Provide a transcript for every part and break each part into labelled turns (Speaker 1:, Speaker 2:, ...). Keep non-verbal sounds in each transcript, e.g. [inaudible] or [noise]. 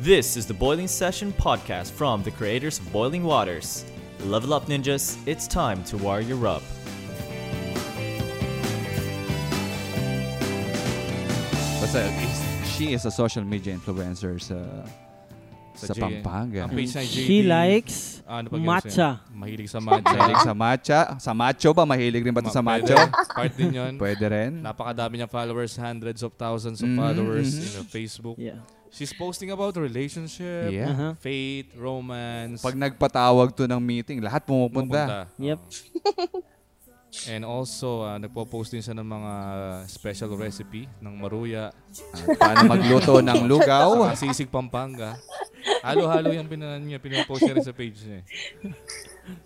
Speaker 1: This is the Boiling Session podcast from the creators of Boiling Waters. Level up, ninjas. It's time to wire your up.
Speaker 2: Basta, is- she is a social media influencer sa sa,
Speaker 3: Sa G-
Speaker 2: Pampanga.
Speaker 3: Ang page ng JD,
Speaker 4: She likes
Speaker 3: ano ba yun
Speaker 4: matcha.
Speaker 3: siya? Mahilig sa
Speaker 2: Mahilig
Speaker 3: matcha.
Speaker 2: sa matcha. Sa macho ba? Mahilig rin ba ito sa
Speaker 3: Ma-
Speaker 2: macho?
Speaker 3: pwede. Part din yun.
Speaker 2: Pwede rin.
Speaker 3: Napakadami niyang followers, hundreds of thousands of
Speaker 2: Mhm,
Speaker 3: followers
Speaker 2: mhm.
Speaker 3: in her Facebook.
Speaker 4: Yeah.
Speaker 3: She's posting about relationship,
Speaker 2: Yeah.
Speaker 4: Uh-huh.
Speaker 3: faith, romance. Ano
Speaker 2: Pag nagpatawag to ng meeting, lahat pumupunta.
Speaker 3: pupunta.
Speaker 4: Yep.
Speaker 3: And also, ah, nagpo-post din siya ng mga special recipe ng Maruya,
Speaker 2: Ah, paano magluto
Speaker 3: [laughs]
Speaker 2: ng lugaw?
Speaker 3: saka Sisig Pampanga. Halo-halo yung pinan niya, pinapost niya rin sa page niya. eh.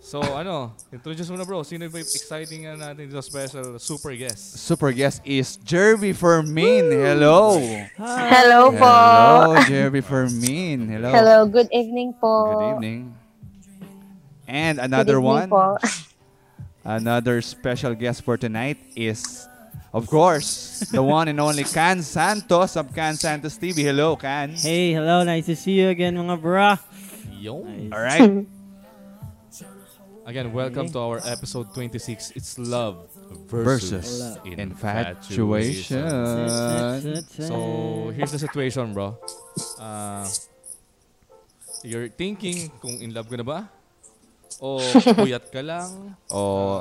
Speaker 3: So ano, introduce mo na bro, sino yung exciting nga natin dito special super guest?
Speaker 2: Super guest is Jerby Fermin. Hello!
Speaker 5: Hello po.
Speaker 2: Hello, Jerby Fermin. Hello.
Speaker 5: Hello, good evening po.
Speaker 2: Good evening. And
Speaker 5: Good
Speaker 2: another one.
Speaker 5: evening Po. [laughs]
Speaker 2: Another special guest for tonight is, of course, the one and only Can Santos of Can Santos TV. Hello, Can.
Speaker 4: Hey, hello. Nice to see you again, mga bra.
Speaker 3: Yo!
Speaker 2: All right.
Speaker 3: Again, welcome to our episode 26. It's love
Speaker 2: Versus
Speaker 3: versus, [laughs] infatuation.
Speaker 4: Uh,
Speaker 2: infatuation.
Speaker 3: So, here's the situation, bro. Uh, you're thinking kung in love ka na ba? O puyat ka lang?
Speaker 2: O,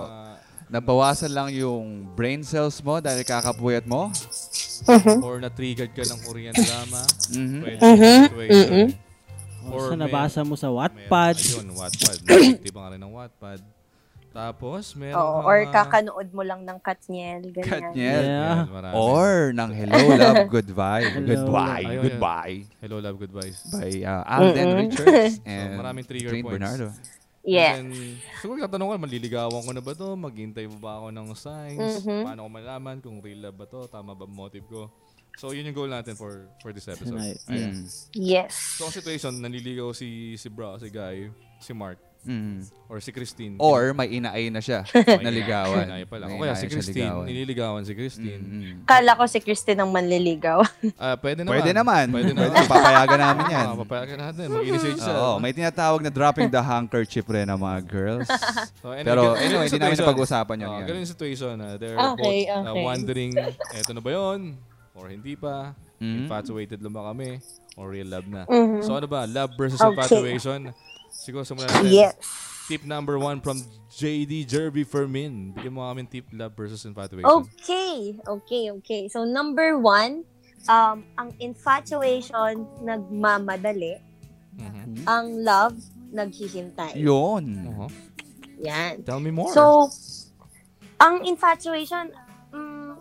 Speaker 3: Uh,
Speaker 2: Oh, nabawasan lang yung brain cells mo dahil kakapuyat mo.
Speaker 3: or na-triggered ka ng
Speaker 2: [laughs]
Speaker 3: Korean drama?
Speaker 2: Mhm.
Speaker 3: Pwede yung situation.
Speaker 4: Or
Speaker 3: Or
Speaker 4: Oh, sa nabasa mo sa
Speaker 3: meron-
Speaker 4: Wattpad.
Speaker 3: Ayun, Wattpad. Nakaktiba ka rin ng Wattpad. Tapos, meron
Speaker 5: Oo,
Speaker 3: kang,
Speaker 5: Oh, or
Speaker 3: ah,
Speaker 5: kakanood mo lang ng Katniel. Ganyan.
Speaker 2: Katniel.
Speaker 4: Yeah.
Speaker 3: yan, marami.
Speaker 2: Or ng Hello Love Goodbye.
Speaker 4: Hello,
Speaker 2: Goodbye.
Speaker 3: love.
Speaker 2: Goodbye.
Speaker 3: Hello, love, goodbyes.
Speaker 2: By uh,
Speaker 3: [laughs]
Speaker 2: Alden Richards and
Speaker 3: maraming trigger
Speaker 2: Clint
Speaker 3: points.
Speaker 2: Bernardo.
Speaker 5: Yes.
Speaker 3: And then, siguro tatanungan, maliligawan ko na ba to? Maghintay mo ba ako ng signs?
Speaker 5: Mhm.
Speaker 3: Paano ko malaman kung real love ba to? Tama ba ang motive ko? So, yun yung goal natin for for this episode.
Speaker 4: Tonight.
Speaker 3: Ayan.
Speaker 2: Mm.
Speaker 5: Yes.
Speaker 3: So, ang situation, nanliligaw si si bro, si guy, si Mark,
Speaker 2: Mm.
Speaker 3: or si Christine.
Speaker 2: Or may inaay na
Speaker 3: [laughs]
Speaker 2: siya. naligawan.
Speaker 3: Ay, pala.
Speaker 2: May
Speaker 3: O
Speaker 2: inaay
Speaker 3: kaya si
Speaker 2: siya
Speaker 3: Christine,
Speaker 2: ligawan.
Speaker 3: nililigawan si Christine.
Speaker 2: Mm.
Speaker 5: Kala ko si Christine ang manliligaw. [laughs]
Speaker 3: Ah, pwede naman.
Speaker 2: Pwede naman. [laughs]
Speaker 3: Pwede
Speaker 2: Pwede
Speaker 3: naman.
Speaker 2: Papayagan namin yan.
Speaker 3: Ah, [laughs] papayagan natin. Mag-initiate siya.
Speaker 2: Oo, may tinatawag na dropping the handkerchief rin ng mga girls.
Speaker 3: So,
Speaker 2: Pero
Speaker 3: anyway, ganun- ganun
Speaker 2: anyway,
Speaker 3: yung
Speaker 2: hindi namin
Speaker 3: situation.
Speaker 2: napag-usapan yun.
Speaker 3: Oh,
Speaker 2: yan.
Speaker 3: ganun yung situation. ah. they're
Speaker 5: Okay,
Speaker 3: both ah,
Speaker 5: okay.
Speaker 3: wondering, eto na ba yun? Or hindi pa?
Speaker 2: Mm.
Speaker 3: Infatuated lang ba kami? Or real love na?
Speaker 5: Mhm.
Speaker 3: So ano ba? Love versus
Speaker 5: Okay.
Speaker 3: infatuation? Siguro simulan natin.
Speaker 5: Yes.
Speaker 3: Tip number one from JD Jerby Fermin. Bigyan mo kami tip love versus infatuation.
Speaker 5: Oh. Okay. Okay, okay. So, number one, um, ang infatuation, nagmamadali.
Speaker 3: Mhm.
Speaker 5: Ang love, naghihintay.
Speaker 2: Mm-hmm. Yun.
Speaker 3: Uh-huh.
Speaker 5: Yan.
Speaker 3: Tell me more.
Speaker 5: So, ang infatuation, mm,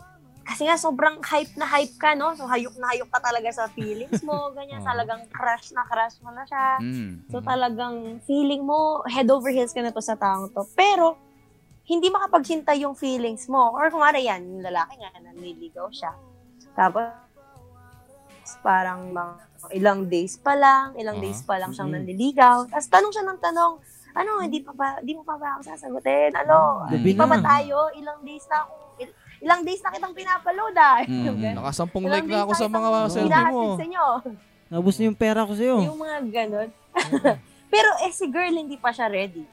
Speaker 5: kasi nga sobrang hype na hype ka, no? So, hayok na hayok ka talaga sa feelings mo, ganyan.
Speaker 3: Oo.
Speaker 5: Talagang crush na crush mo na siya.
Speaker 2: Mm.
Speaker 5: So,
Speaker 3: Mm-hmm.
Speaker 5: talagang feeling mo, head over heels ka na to sa taong to. Pero, hindi makapaghintay yung feelings mo. Or kumari yan, yung lalaki nga, nanliligaw siya. Tapos, parang mga ilang days pa lang,
Speaker 3: Ah.
Speaker 5: ilang days pa lang siyang
Speaker 4: Mm.
Speaker 5: nanliligaw. Tapos tanong siya ng tanong, ano, hindi pa ba, hindi mo pa ba ako sasagutin? Ano,
Speaker 3: Mm-hmm.
Speaker 4: Gabi
Speaker 5: hindi pa ba
Speaker 4: na.
Speaker 5: tayo? Ilang days na ako, il- ilang days na kitang pinapaload ah.
Speaker 2: Mm.
Speaker 5: Yung ganun.
Speaker 3: Nakasampung
Speaker 5: Ilang
Speaker 3: Mm-hmm. like na
Speaker 5: days
Speaker 3: ako sa
Speaker 5: kitang
Speaker 3: mga selfie
Speaker 5: hinahatid
Speaker 3: mo.
Speaker 5: sa inyo.
Speaker 4: Naubos na yung pera ko
Speaker 3: Oh.
Speaker 4: sa'yo.
Speaker 5: Yung mga ganun. [laughs] Pero eh, si girl hindi pa siya ready.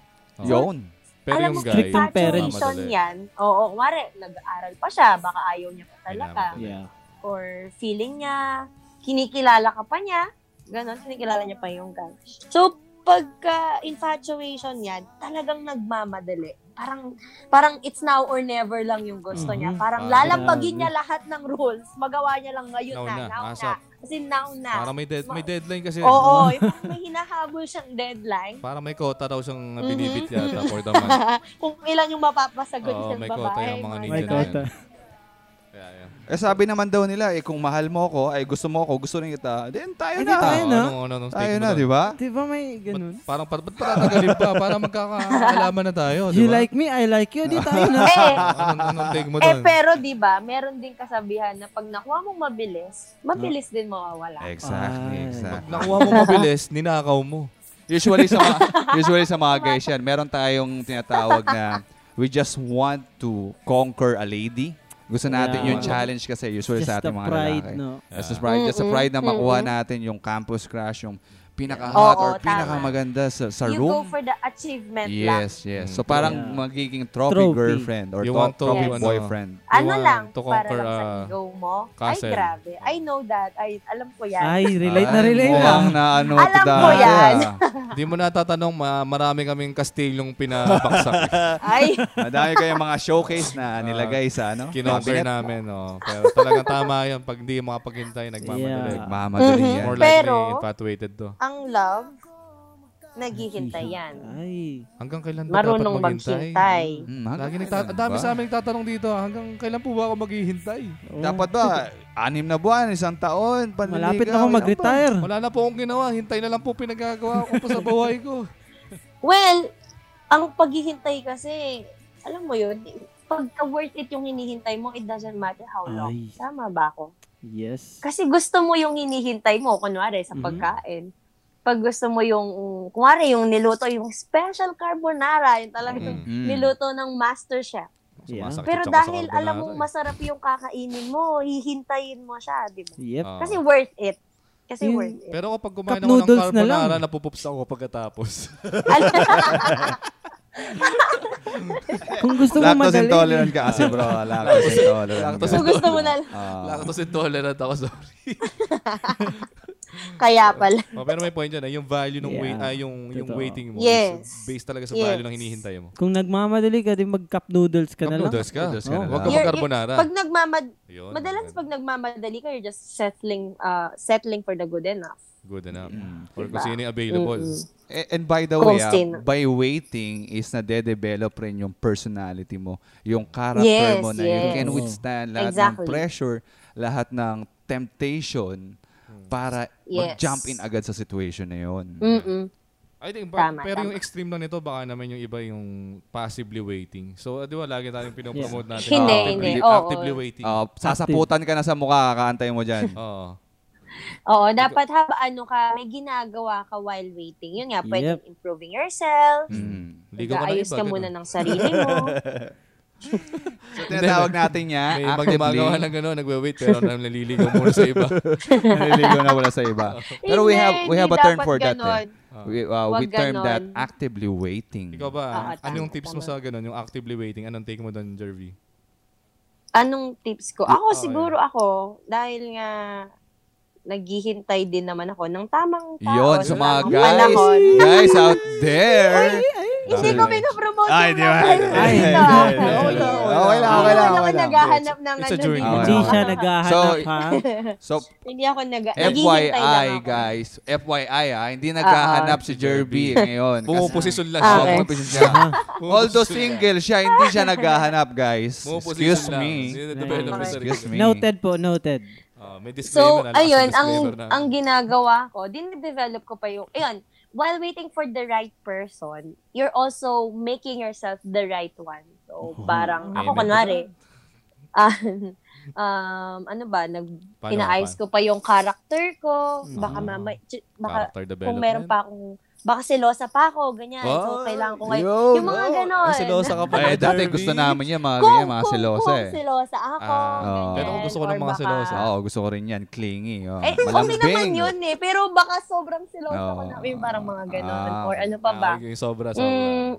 Speaker 4: Uh-huh.
Speaker 3: Oo.
Speaker 2: Yun.
Speaker 3: Pero
Speaker 5: Alam
Speaker 3: yung
Speaker 5: mo,
Speaker 3: guy,
Speaker 4: strict yung parents.
Speaker 5: infatuation
Speaker 3: mamadali.
Speaker 5: yan. Oo, kumari, nag-aaral pa siya, baka ayaw niya pa talaga.
Speaker 3: Minamahal.
Speaker 4: Yeah.
Speaker 5: Or feeling niya, kinikilala ka pa niya. Ganon, kinikilala niya pa yung guy. So, pagka infatuation yan, talagang nagmamadali. Parang, parang it's now or never lang yung gusto niya.
Speaker 4: Mhm.
Speaker 5: Parang
Speaker 3: Mm-hmm. Parang-
Speaker 5: lalampagin niya lahat ng rules. Magawa niya lang ngayon
Speaker 3: Now
Speaker 5: na,
Speaker 3: na,
Speaker 5: now na.
Speaker 3: ASAP.
Speaker 5: Kasi now na.
Speaker 3: Parang may, dead, may deadline kasi. eh.
Speaker 5: Oo, yung parang may hinahabol siyang deadline. [laughs]
Speaker 3: Parang may quota daw siyang
Speaker 5: Mhm.
Speaker 3: binibit yata for the
Speaker 5: [laughs]
Speaker 3: month.
Speaker 5: Kung ilan yung mapapasagot
Speaker 3: Oo,
Speaker 5: sa
Speaker 3: may
Speaker 5: babae.
Speaker 3: quota yung mga
Speaker 5: mga
Speaker 4: May
Speaker 3: Yun
Speaker 4: kota.
Speaker 3: Yeah, yeah.
Speaker 2: Eh sabi naman daw nila, eh kung mahal mo ako, ay gusto mo ako, gusto rin kita, then tayo
Speaker 4: Eh,
Speaker 2: na.
Speaker 4: di tayo na.
Speaker 3: Ano, ano, ano,
Speaker 2: Tayo na, di ba?
Speaker 4: [laughs] Di ba may ganun?
Speaker 3: Parang ba't ba't patatagalin pa? Parang magkakaalaman na tayo, di ba?
Speaker 4: You like me, I like you. Di tayo
Speaker 5: [laughs]
Speaker 4: na.
Speaker 3: [laughs]
Speaker 5: Eh,
Speaker 3: Anong, anong take mo
Speaker 5: eh,
Speaker 3: doon?
Speaker 5: pero 'di ba, meron din kasabihan na pag nakuha mong mabilis, mabilis din mawawala.
Speaker 2: Exactly,
Speaker 4: Ay.
Speaker 2: exactly.
Speaker 3: Nakuha mo mabilis, ninakaw mo.
Speaker 2: Usually sa
Speaker 5: [laughs]
Speaker 2: mga, usually sa mga guys yan, meron tayong tinatawag na we just want to conquer a lady. Gusto natin
Speaker 4: Yeah.
Speaker 2: yung challenge kasi usually
Speaker 4: Just
Speaker 2: sa
Speaker 4: the
Speaker 2: ating mga
Speaker 4: pride,
Speaker 2: lalaki.
Speaker 4: no?
Speaker 2: Just the pride. Just the
Speaker 5: Mm-mm,
Speaker 2: pride na makuha
Speaker 5: mm-mm.
Speaker 2: natin yung campus crush, yung pinaka-hot
Speaker 5: Oo,
Speaker 2: or
Speaker 5: tama.
Speaker 2: pinaka-maganda sa, sa
Speaker 5: you go
Speaker 2: room.
Speaker 5: for the achievement lang.
Speaker 2: Yes, yes.
Speaker 3: Mm.
Speaker 2: So parang
Speaker 4: Mm-hmm. Yeah.
Speaker 2: magiging trophy,
Speaker 4: Trophy.
Speaker 2: girlfriend or
Speaker 3: You
Speaker 2: tro-
Speaker 3: want to,
Speaker 2: trophy
Speaker 3: ano,
Speaker 2: boyfriend.
Speaker 5: Ano
Speaker 3: want
Speaker 5: lang,
Speaker 3: to
Speaker 5: para
Speaker 3: conquer,
Speaker 5: lang sa
Speaker 3: ah,
Speaker 5: ego mo.
Speaker 3: castle.
Speaker 5: Ay, grabe. I know that. Ay, alam ko yan.
Speaker 4: Ay, relate na
Speaker 2: Ay,
Speaker 4: relate na.
Speaker 2: mukhang na ano
Speaker 5: Alam
Speaker 2: to
Speaker 5: ko
Speaker 2: dati,
Speaker 5: yan.
Speaker 2: ah.
Speaker 3: Di mo natatanong, ma- marami kaming kastilyong pinabaksak.
Speaker 5: Ay, [laughs]
Speaker 2: Madami kayong mga showcase
Speaker 3: [laughs] Ah,
Speaker 2: na nilagay sa ano.
Speaker 3: Kinonquer
Speaker 2: cabinet.
Speaker 3: namin. Oh. Pero talagang tama yan. Pag di makapaghintay, nagmamadali.
Speaker 4: Yeah.
Speaker 2: Nagmamadali
Speaker 5: Mhm.
Speaker 2: yan.
Speaker 3: More
Speaker 5: like-
Speaker 3: likely,
Speaker 5: Pero-
Speaker 3: infatuated to.
Speaker 5: ang love, naghihintay yan.
Speaker 4: Ay.
Speaker 3: Hanggang kailan ba dapat
Speaker 5: Marunong
Speaker 3: maghintay?
Speaker 5: maghintay.
Speaker 2: Hmm, hanggang
Speaker 3: Lagi nagta-
Speaker 2: kailan
Speaker 3: ang dami
Speaker 2: ba?
Speaker 3: sa amin nagtatanong dito, hanggang kailan po ba ako maghihintay?
Speaker 4: Oo.
Speaker 2: Mm. Dapat ba, anim na buwan, isang taon, panliligaw.
Speaker 4: Malapit na ako
Speaker 3: eh.
Speaker 4: mag-retire.
Speaker 3: Wala na po akong ginawa, hintay na lang po pinagagawa ko pa
Speaker 4: [laughs]
Speaker 3: sa buhay ko.
Speaker 5: Well, ang paghihintay kasi, alam mo yun, pagka worth it yung hinihintay mo, it doesn't matter how long.
Speaker 4: Ay.
Speaker 5: Tama ba ako?
Speaker 4: Yes.
Speaker 5: Kasi gusto mo yung hinihintay mo, kunwari,
Speaker 3: Mm-hmm.
Speaker 5: sa
Speaker 4: Mhm.
Speaker 5: pagkain. Pag gusto mo yung, kunwari, yung niluto, yung special carbonara, yung talagang
Speaker 2: Mm.
Speaker 5: niluto ng master chef.
Speaker 4: Yeah.
Speaker 3: Sumasakit
Speaker 5: Pero
Speaker 3: ako Mm-hmm. sa
Speaker 5: dahil
Speaker 3: carbonara
Speaker 5: alam mong
Speaker 3: eh.
Speaker 5: masarap yung kakainin mo, hihintayin mo siya, di ba?
Speaker 4: Yep.
Speaker 3: Oo.
Speaker 5: Kasi worth it. Kasi
Speaker 4: Yun.
Speaker 5: worth it.
Speaker 3: Ah.
Speaker 5: [laughs]
Speaker 3: Pero kapag kumain
Speaker 4: Cup
Speaker 3: ako ng
Speaker 4: noodles na lang.
Speaker 3: carbonara, napupups ako pagkatapos.
Speaker 4: Kung gusto mo
Speaker 2: Lactose
Speaker 4: madali.
Speaker 2: intolerant ka kasi bro. Lactose intolerant ka.
Speaker 3: Lactose
Speaker 5: so gusto mo
Speaker 3: [laughs]
Speaker 5: na,
Speaker 2: [laughs] Ah.
Speaker 3: Lactose intolerant ako, sorry.
Speaker 5: kaya pala.
Speaker 3: oh, pero may point dyan, eh, yung value ng
Speaker 4: Yeah.
Speaker 3: wait, ah, yung, yung
Speaker 4: Totoo.
Speaker 3: waiting mo. is
Speaker 5: Yes.
Speaker 3: Based talaga sa
Speaker 5: Yes.
Speaker 3: value ng hinihintay mo.
Speaker 4: Kung nagmamadali ka, di mag-cup noodles ka
Speaker 3: Cup
Speaker 4: na lang.
Speaker 3: noodles ka.
Speaker 2: Noodles ka na
Speaker 3: Oh,
Speaker 2: lang.
Speaker 3: Huwag ka
Speaker 5: You're-
Speaker 3: mag-carbonara.
Speaker 5: Pag nagmamad...
Speaker 3: Yun,
Speaker 5: Madalas
Speaker 3: yun.
Speaker 5: pag nagmamadali ka, you're just settling uh, settling for the good enough.
Speaker 3: Good enough.
Speaker 2: Mm.
Speaker 3: Or
Speaker 5: Diba?
Speaker 3: kung sino yung available.
Speaker 5: Mm-mm.
Speaker 2: And, and by the way, ah,
Speaker 5: Constant.
Speaker 2: by waiting is na de-develop rin yung personality mo, yung character
Speaker 5: Yes,
Speaker 2: mo na you
Speaker 5: yes.
Speaker 2: can withstand lahat ng
Speaker 5: Exactly.
Speaker 2: pressure, lahat ng temptation
Speaker 3: Hmm.
Speaker 2: para
Speaker 5: Yes. Mm.
Speaker 2: mag-jump in agad sa situation na yun.
Speaker 5: Mm-mm.
Speaker 3: I think, ba-
Speaker 5: Tama,
Speaker 3: pero
Speaker 5: tama.
Speaker 3: yung extreme lang nito, baka naman yung iba yung passively waiting. So, ah, di ba, lagi tayong pinopromote natin.
Speaker 5: Hindi,
Speaker 3: actively,
Speaker 5: hindi. Oo,
Speaker 3: actively
Speaker 5: oo.
Speaker 3: waiting.
Speaker 2: Ah, sasaputan ka na sa mukha, kakaantay mo
Speaker 3: [laughs]
Speaker 2: dyan.
Speaker 3: Oo.
Speaker 5: Oo, dapat haba ano ka, may ginagawa ka while waiting. Yun nga, pwedeng improving yourself.
Speaker 2: Mm.
Speaker 3: Ligaw ka ng
Speaker 5: Nag-aayos
Speaker 3: iba,
Speaker 5: ka
Speaker 3: ganun.
Speaker 5: muna ng sarili mo.
Speaker 2: So, tinatawag natin niya,
Speaker 3: May ibang
Speaker 2: Ah, actively,
Speaker 3: [laughs] gumagawa ng gano'n, nagwe-wait,
Speaker 5: [laughs]
Speaker 3: pero naliligaw muna sa
Speaker 2: [laughs]
Speaker 3: iba.
Speaker 2: naliligo na wala sa
Speaker 3: [laughs]
Speaker 2: iba. Pero we
Speaker 5: Hindi,
Speaker 2: have we have a
Speaker 5: hindi
Speaker 2: term
Speaker 5: dapat
Speaker 2: for that.
Speaker 5: ganon.
Speaker 2: Eh. We, uh,
Speaker 5: Wag
Speaker 2: we term that
Speaker 5: ganon.
Speaker 2: actively waiting.
Speaker 3: Ikaw ba,
Speaker 5: Oo, tama,
Speaker 3: anong tips mo
Speaker 5: tama.
Speaker 3: sa gano'n, yung actively waiting? Anong take mo doon, Jervy?
Speaker 5: Anong tips ko? Ako
Speaker 3: Oo, yeah.
Speaker 5: siguro ako, dahil nga naghihintay din naman ako ng tamang tao.
Speaker 2: Yon, sa
Speaker 5: ng
Speaker 2: mga
Speaker 5: tamang
Speaker 2: guys,
Speaker 5: panahon.
Speaker 2: guys out there.
Speaker 5: Hindi ko pinopromote
Speaker 2: Ay,
Speaker 5: yung
Speaker 2: di ba?
Speaker 5: mga ganun
Speaker 4: Ay,
Speaker 5: dito,
Speaker 4: hindi,
Speaker 5: ah.
Speaker 2: hindi,
Speaker 5: Okay
Speaker 2: hindi.
Speaker 5: lang,
Speaker 2: Okay lang, okay lang, okay
Speaker 5: Hindi naman
Speaker 2: lang.
Speaker 5: naghahanap ng
Speaker 3: It's a
Speaker 5: ano
Speaker 3: journey.
Speaker 5: dito.
Speaker 4: Hindi
Speaker 2: Oo.
Speaker 4: siya naghahanap,
Speaker 2: So-
Speaker 4: ha?
Speaker 2: So,
Speaker 5: Hindi ako nag naghihintay lang
Speaker 2: FYI
Speaker 5: ako.
Speaker 2: guys, FYI ah, hindi naghahanap si Jerby
Speaker 3: [laughs]
Speaker 2: ngayon.
Speaker 3: Pumuposisyon lang
Speaker 5: siya.
Speaker 2: siya.
Speaker 5: Ah, okay.
Speaker 3: [laughs]
Speaker 2: siya. Although single siya, hindi
Speaker 5: [laughs]
Speaker 2: siya naghahanap guys. Excuse me. Excuse
Speaker 3: Excuse
Speaker 2: [laughs] me.
Speaker 3: me.
Speaker 4: Noted po, noted.
Speaker 3: may disclaimer
Speaker 5: So,
Speaker 3: na. lakas ng
Speaker 5: ayun, ang
Speaker 3: disclaimer na.
Speaker 5: ang ginagawa ko, dinedevelop ko pa yung, ayun, while waiting for the right person, you're also making yourself the right one. So,
Speaker 3: Oh,
Speaker 5: parang, ako
Speaker 3: Amen.
Speaker 5: kunwari, [laughs] ah, um, ano ba, nag,
Speaker 3: Paano,
Speaker 5: inaayos ko pa yung character ko, baka
Speaker 3: Ah.
Speaker 5: mama, ch- baka,
Speaker 3: Character development.
Speaker 5: kung meron pa akong, baka selosa pa ako, ganyan. so,
Speaker 3: Ay,
Speaker 5: kailangan ko ngayon.
Speaker 2: yun.
Speaker 5: Yung mga ganon.
Speaker 3: Ay, selosa ka pa.
Speaker 2: Eh, dati
Speaker 3: Jerby.
Speaker 2: gusto namin yan, mga
Speaker 5: Kung,
Speaker 2: ganyan,
Speaker 5: kung,
Speaker 2: mga
Speaker 5: kung,
Speaker 2: selosa eh.
Speaker 5: selosa ako.
Speaker 3: Ah.
Speaker 5: ganyan,
Speaker 2: Pero
Speaker 3: kung gusto ko
Speaker 5: or
Speaker 3: ng mga
Speaker 5: baka-
Speaker 3: selosa.
Speaker 2: Oo, gusto ko rin yan. Clingy. Oh.
Speaker 5: Ah. Eh, okay naman yun eh. Pero baka sobrang silosa ko
Speaker 2: Oo.
Speaker 5: na. Yung parang mga ganon.
Speaker 2: Ah.
Speaker 5: Or ano pa ba?
Speaker 3: Ah, yung sobra, sobra.
Speaker 5: Mm,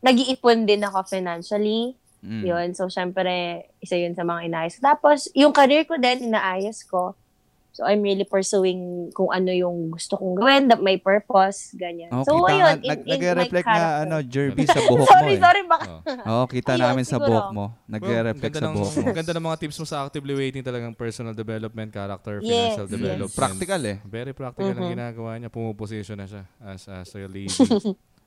Speaker 5: nag-iipon din ako financially.
Speaker 2: Mm.
Speaker 5: Yun. So, syempre, isa yun sa mga inaayos. Tapos, yung career ko din, inaayos ko. So, I'm really pursuing kung ano yung gusto kong gawin, that may purpose, ganyan.
Speaker 2: Oh,
Speaker 5: so,
Speaker 2: kita
Speaker 5: ayun,
Speaker 2: nga, nag-
Speaker 5: in, in my
Speaker 2: nagre-reflect na
Speaker 5: character.
Speaker 2: ano, Jerby
Speaker 5: [laughs]
Speaker 2: sa buhok mo
Speaker 5: sorry,
Speaker 2: eh.
Speaker 5: sorry, baka.
Speaker 3: Oh.
Speaker 2: Oo, kita
Speaker 5: Ayun,
Speaker 2: namin sa
Speaker 5: siguro.
Speaker 2: buhok mo.
Speaker 3: Well,
Speaker 2: Nagre-reflect
Speaker 3: ganda
Speaker 2: sa
Speaker 3: ng-
Speaker 2: buhok [laughs] mo.
Speaker 3: ang Ganda ng mga tips mo sa actively waiting talagang personal development, character,
Speaker 5: Yes,
Speaker 3: financial
Speaker 5: yes.
Speaker 3: development.
Speaker 2: Practical eh.
Speaker 3: Very practical ang
Speaker 5: Mhm.
Speaker 3: ginagawa niya. Pumuposition na siya as, as a
Speaker 5: [laughs]
Speaker 3: lady.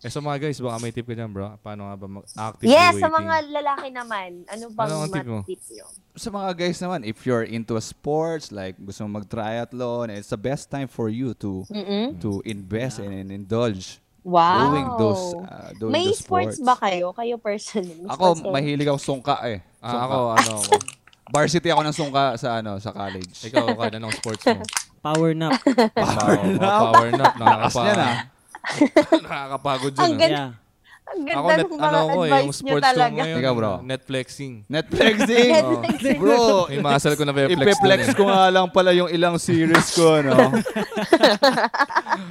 Speaker 3: eh, so mga guys, baka may tip ka dyan, bro. Paano nga ba mag-actively
Speaker 5: Yes,
Speaker 3: waiting?
Speaker 5: sa mga lalaki naman, ano bang
Speaker 3: Ano ang
Speaker 5: mga
Speaker 3: tip mo?
Speaker 5: tip nyo?
Speaker 2: sa mga guys naman, if you're into sports, like gusto mo mag-triathlon, eh, it's the best time for you to
Speaker 5: Mm-mm.
Speaker 2: to invest and, and indulge
Speaker 5: Wow.
Speaker 2: doing those uh, doing
Speaker 5: May
Speaker 2: those
Speaker 5: sports.
Speaker 2: sports.
Speaker 5: ba kayo? Kayo personally? May sports
Speaker 2: Ako,
Speaker 5: kayo?
Speaker 2: mahilig ako sungka eh.
Speaker 3: Ah,
Speaker 2: Sungka.
Speaker 3: ako, ano, ako.
Speaker 2: Varsity ako ng sungka sa ano sa college.
Speaker 3: ikaw, Kad, anong sports mo?
Speaker 4: Power
Speaker 5: [laughs]
Speaker 4: nap.
Speaker 3: Power nap. Power nap.
Speaker 2: Tapos
Speaker 3: Nakakapa-
Speaker 2: yan ah.
Speaker 3: [laughs] Nakakapagod yun.
Speaker 5: Ang
Speaker 3: ah.
Speaker 5: ganda.
Speaker 4: Yeah.
Speaker 5: Ang
Speaker 3: Ako,
Speaker 5: ganda
Speaker 3: net,
Speaker 5: ng mga
Speaker 3: ano ko eh, yung
Speaker 5: advice niyo
Speaker 3: sports ko
Speaker 5: talaga.
Speaker 3: ngayon.
Speaker 2: Ikaw, bro.
Speaker 3: Netflixing.
Speaker 2: Netflixing.
Speaker 5: Oo.
Speaker 2: Bro,
Speaker 3: Yung muscle ko na pe-flex dun eh.
Speaker 2: ipeplex ko nga lang pala yung ilang series ko, no?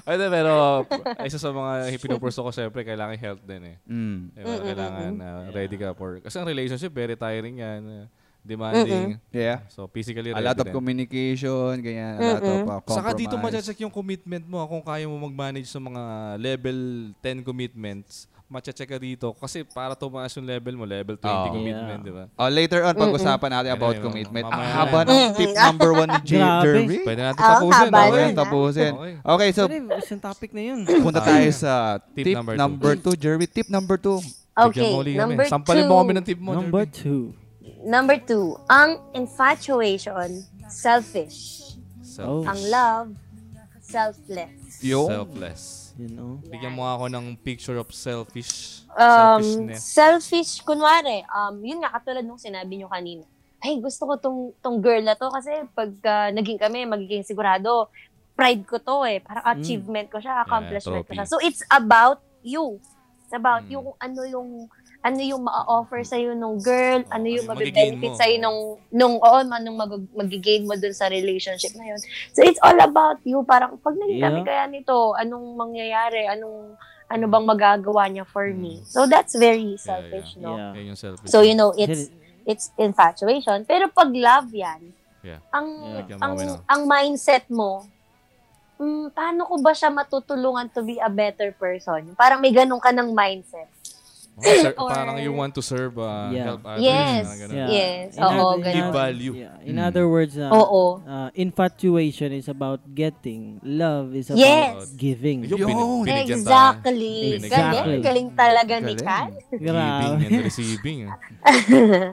Speaker 3: Ay, di, pero isa sa mga pinupurso ko, syempre, kailangan health din eh.
Speaker 2: mm.
Speaker 3: Diba? Kailangan uh, ready ka for... Kasi ang relationship, very tiring yan. uh, Demanding.
Speaker 2: Yeah.
Speaker 3: So,
Speaker 2: A
Speaker 3: physically ready
Speaker 2: lot of
Speaker 3: din.
Speaker 2: communication, ganyan. A lot of uh, compromise.
Speaker 3: Mm-hmm. Saka dito ma-check yung commitment mo ah, kung kaya mo mag-manage sa mga level 10 commitments. Ma-check ka dito kasi para tumaas yung level mo, level 20
Speaker 2: Oo.
Speaker 3: commitment, di ba?
Speaker 2: Oh, later on, pag-usapan natin about
Speaker 3: Ayun,
Speaker 2: commitment.
Speaker 3: mamaya
Speaker 2: Ang
Speaker 3: na.
Speaker 2: haba ng tip number one ni J.
Speaker 4: Grabe.
Speaker 2: Derby.
Speaker 3: Pwede natin
Speaker 5: Oo,
Speaker 3: tapusin.
Speaker 5: haba
Speaker 3: okay?
Speaker 5: yun,
Speaker 2: Pwede
Speaker 5: ah.
Speaker 2: tapusin.
Speaker 3: Okay.
Speaker 2: Okay, so
Speaker 4: Sorry, isang topic na yun.
Speaker 2: punta tayo sa
Speaker 3: Tip
Speaker 2: tip
Speaker 3: number two.
Speaker 2: number two. Jerry, tip number two.
Speaker 3: Bigyan
Speaker 5: Okay,
Speaker 3: mo uli kami.
Speaker 5: number
Speaker 3: Sampalin
Speaker 5: two.
Speaker 3: mo kami ng tip mo.
Speaker 4: Number
Speaker 3: Jerby.
Speaker 4: two.
Speaker 5: Number two, ang infatuation, selfish.
Speaker 3: Self-
Speaker 4: Oh.
Speaker 5: Ang love, selfless.
Speaker 3: Selfless.
Speaker 4: Yun, oh.
Speaker 3: Bigyan mo ako ng picture of selfish.
Speaker 5: Um,
Speaker 3: selfishness.
Speaker 5: selfish, kunwari, um, yun nga, katulad nung sinabi nyo kanina. Hey, gusto ko tong, tong girl na to kasi pag naging kami, magiging sigurado, pride ko to eh. Parang achievement ko siya, accomplishment ko
Speaker 3: Hmm. trophy.
Speaker 5: siya. So, it's about you. It's about
Speaker 3: Mm.
Speaker 5: you kung ano yung ano yung ma-offer sa nung girl,
Speaker 3: Oh, ano
Speaker 5: ano yung
Speaker 3: yung
Speaker 5: mag-benefit
Speaker 3: magigain mo.
Speaker 5: sa nung nung oo, anong mag- magigain mo dun sa relationship na yun. So it's all about you. Parang pag naging kami
Speaker 4: Yeah.
Speaker 5: kaya nito, anong mangyayari? Anong ano bang magagawa niya for me? So that's very selfish, no?
Speaker 4: Yeah.
Speaker 3: Yan yung selfish.
Speaker 5: So you know, it's it's infatuation. Pero pag love 'yan,
Speaker 3: Yeah.
Speaker 5: ang
Speaker 3: Yeah.
Speaker 5: ang
Speaker 3: Bigyan mo kami ng-
Speaker 5: ang mindset mo mm, paano ko ba siya matutulungan to be a better person? Parang may ganun ka ng mindset.
Speaker 3: Oh, ser-
Speaker 5: [laughs] or-
Speaker 3: parang you want to serve, uh,
Speaker 4: Yeah.
Speaker 3: help others.
Speaker 5: Yes.
Speaker 3: mga ganun.
Speaker 4: Yeah.
Speaker 5: Yes,
Speaker 4: In
Speaker 5: oo,
Speaker 4: other-
Speaker 5: ganun.
Speaker 3: Give value.
Speaker 4: Yeah. In other
Speaker 2: Hmm.
Speaker 4: words, uh,
Speaker 5: Oo.
Speaker 4: uh, infatuation is about getting. Love is about
Speaker 5: Yes.
Speaker 4: giving.
Speaker 3: Yung
Speaker 2: Yun.
Speaker 3: bin- binigyan tayo.
Speaker 5: Exactly.
Speaker 3: Binigyan
Speaker 5: Galing,
Speaker 4: tayo.
Speaker 5: galing talaga ni
Speaker 2: Galing.
Speaker 5: Chan.
Speaker 3: Giving
Speaker 4: Grabe.
Speaker 3: and
Speaker 2: ano?
Speaker 3: [laughs] receiving. eh.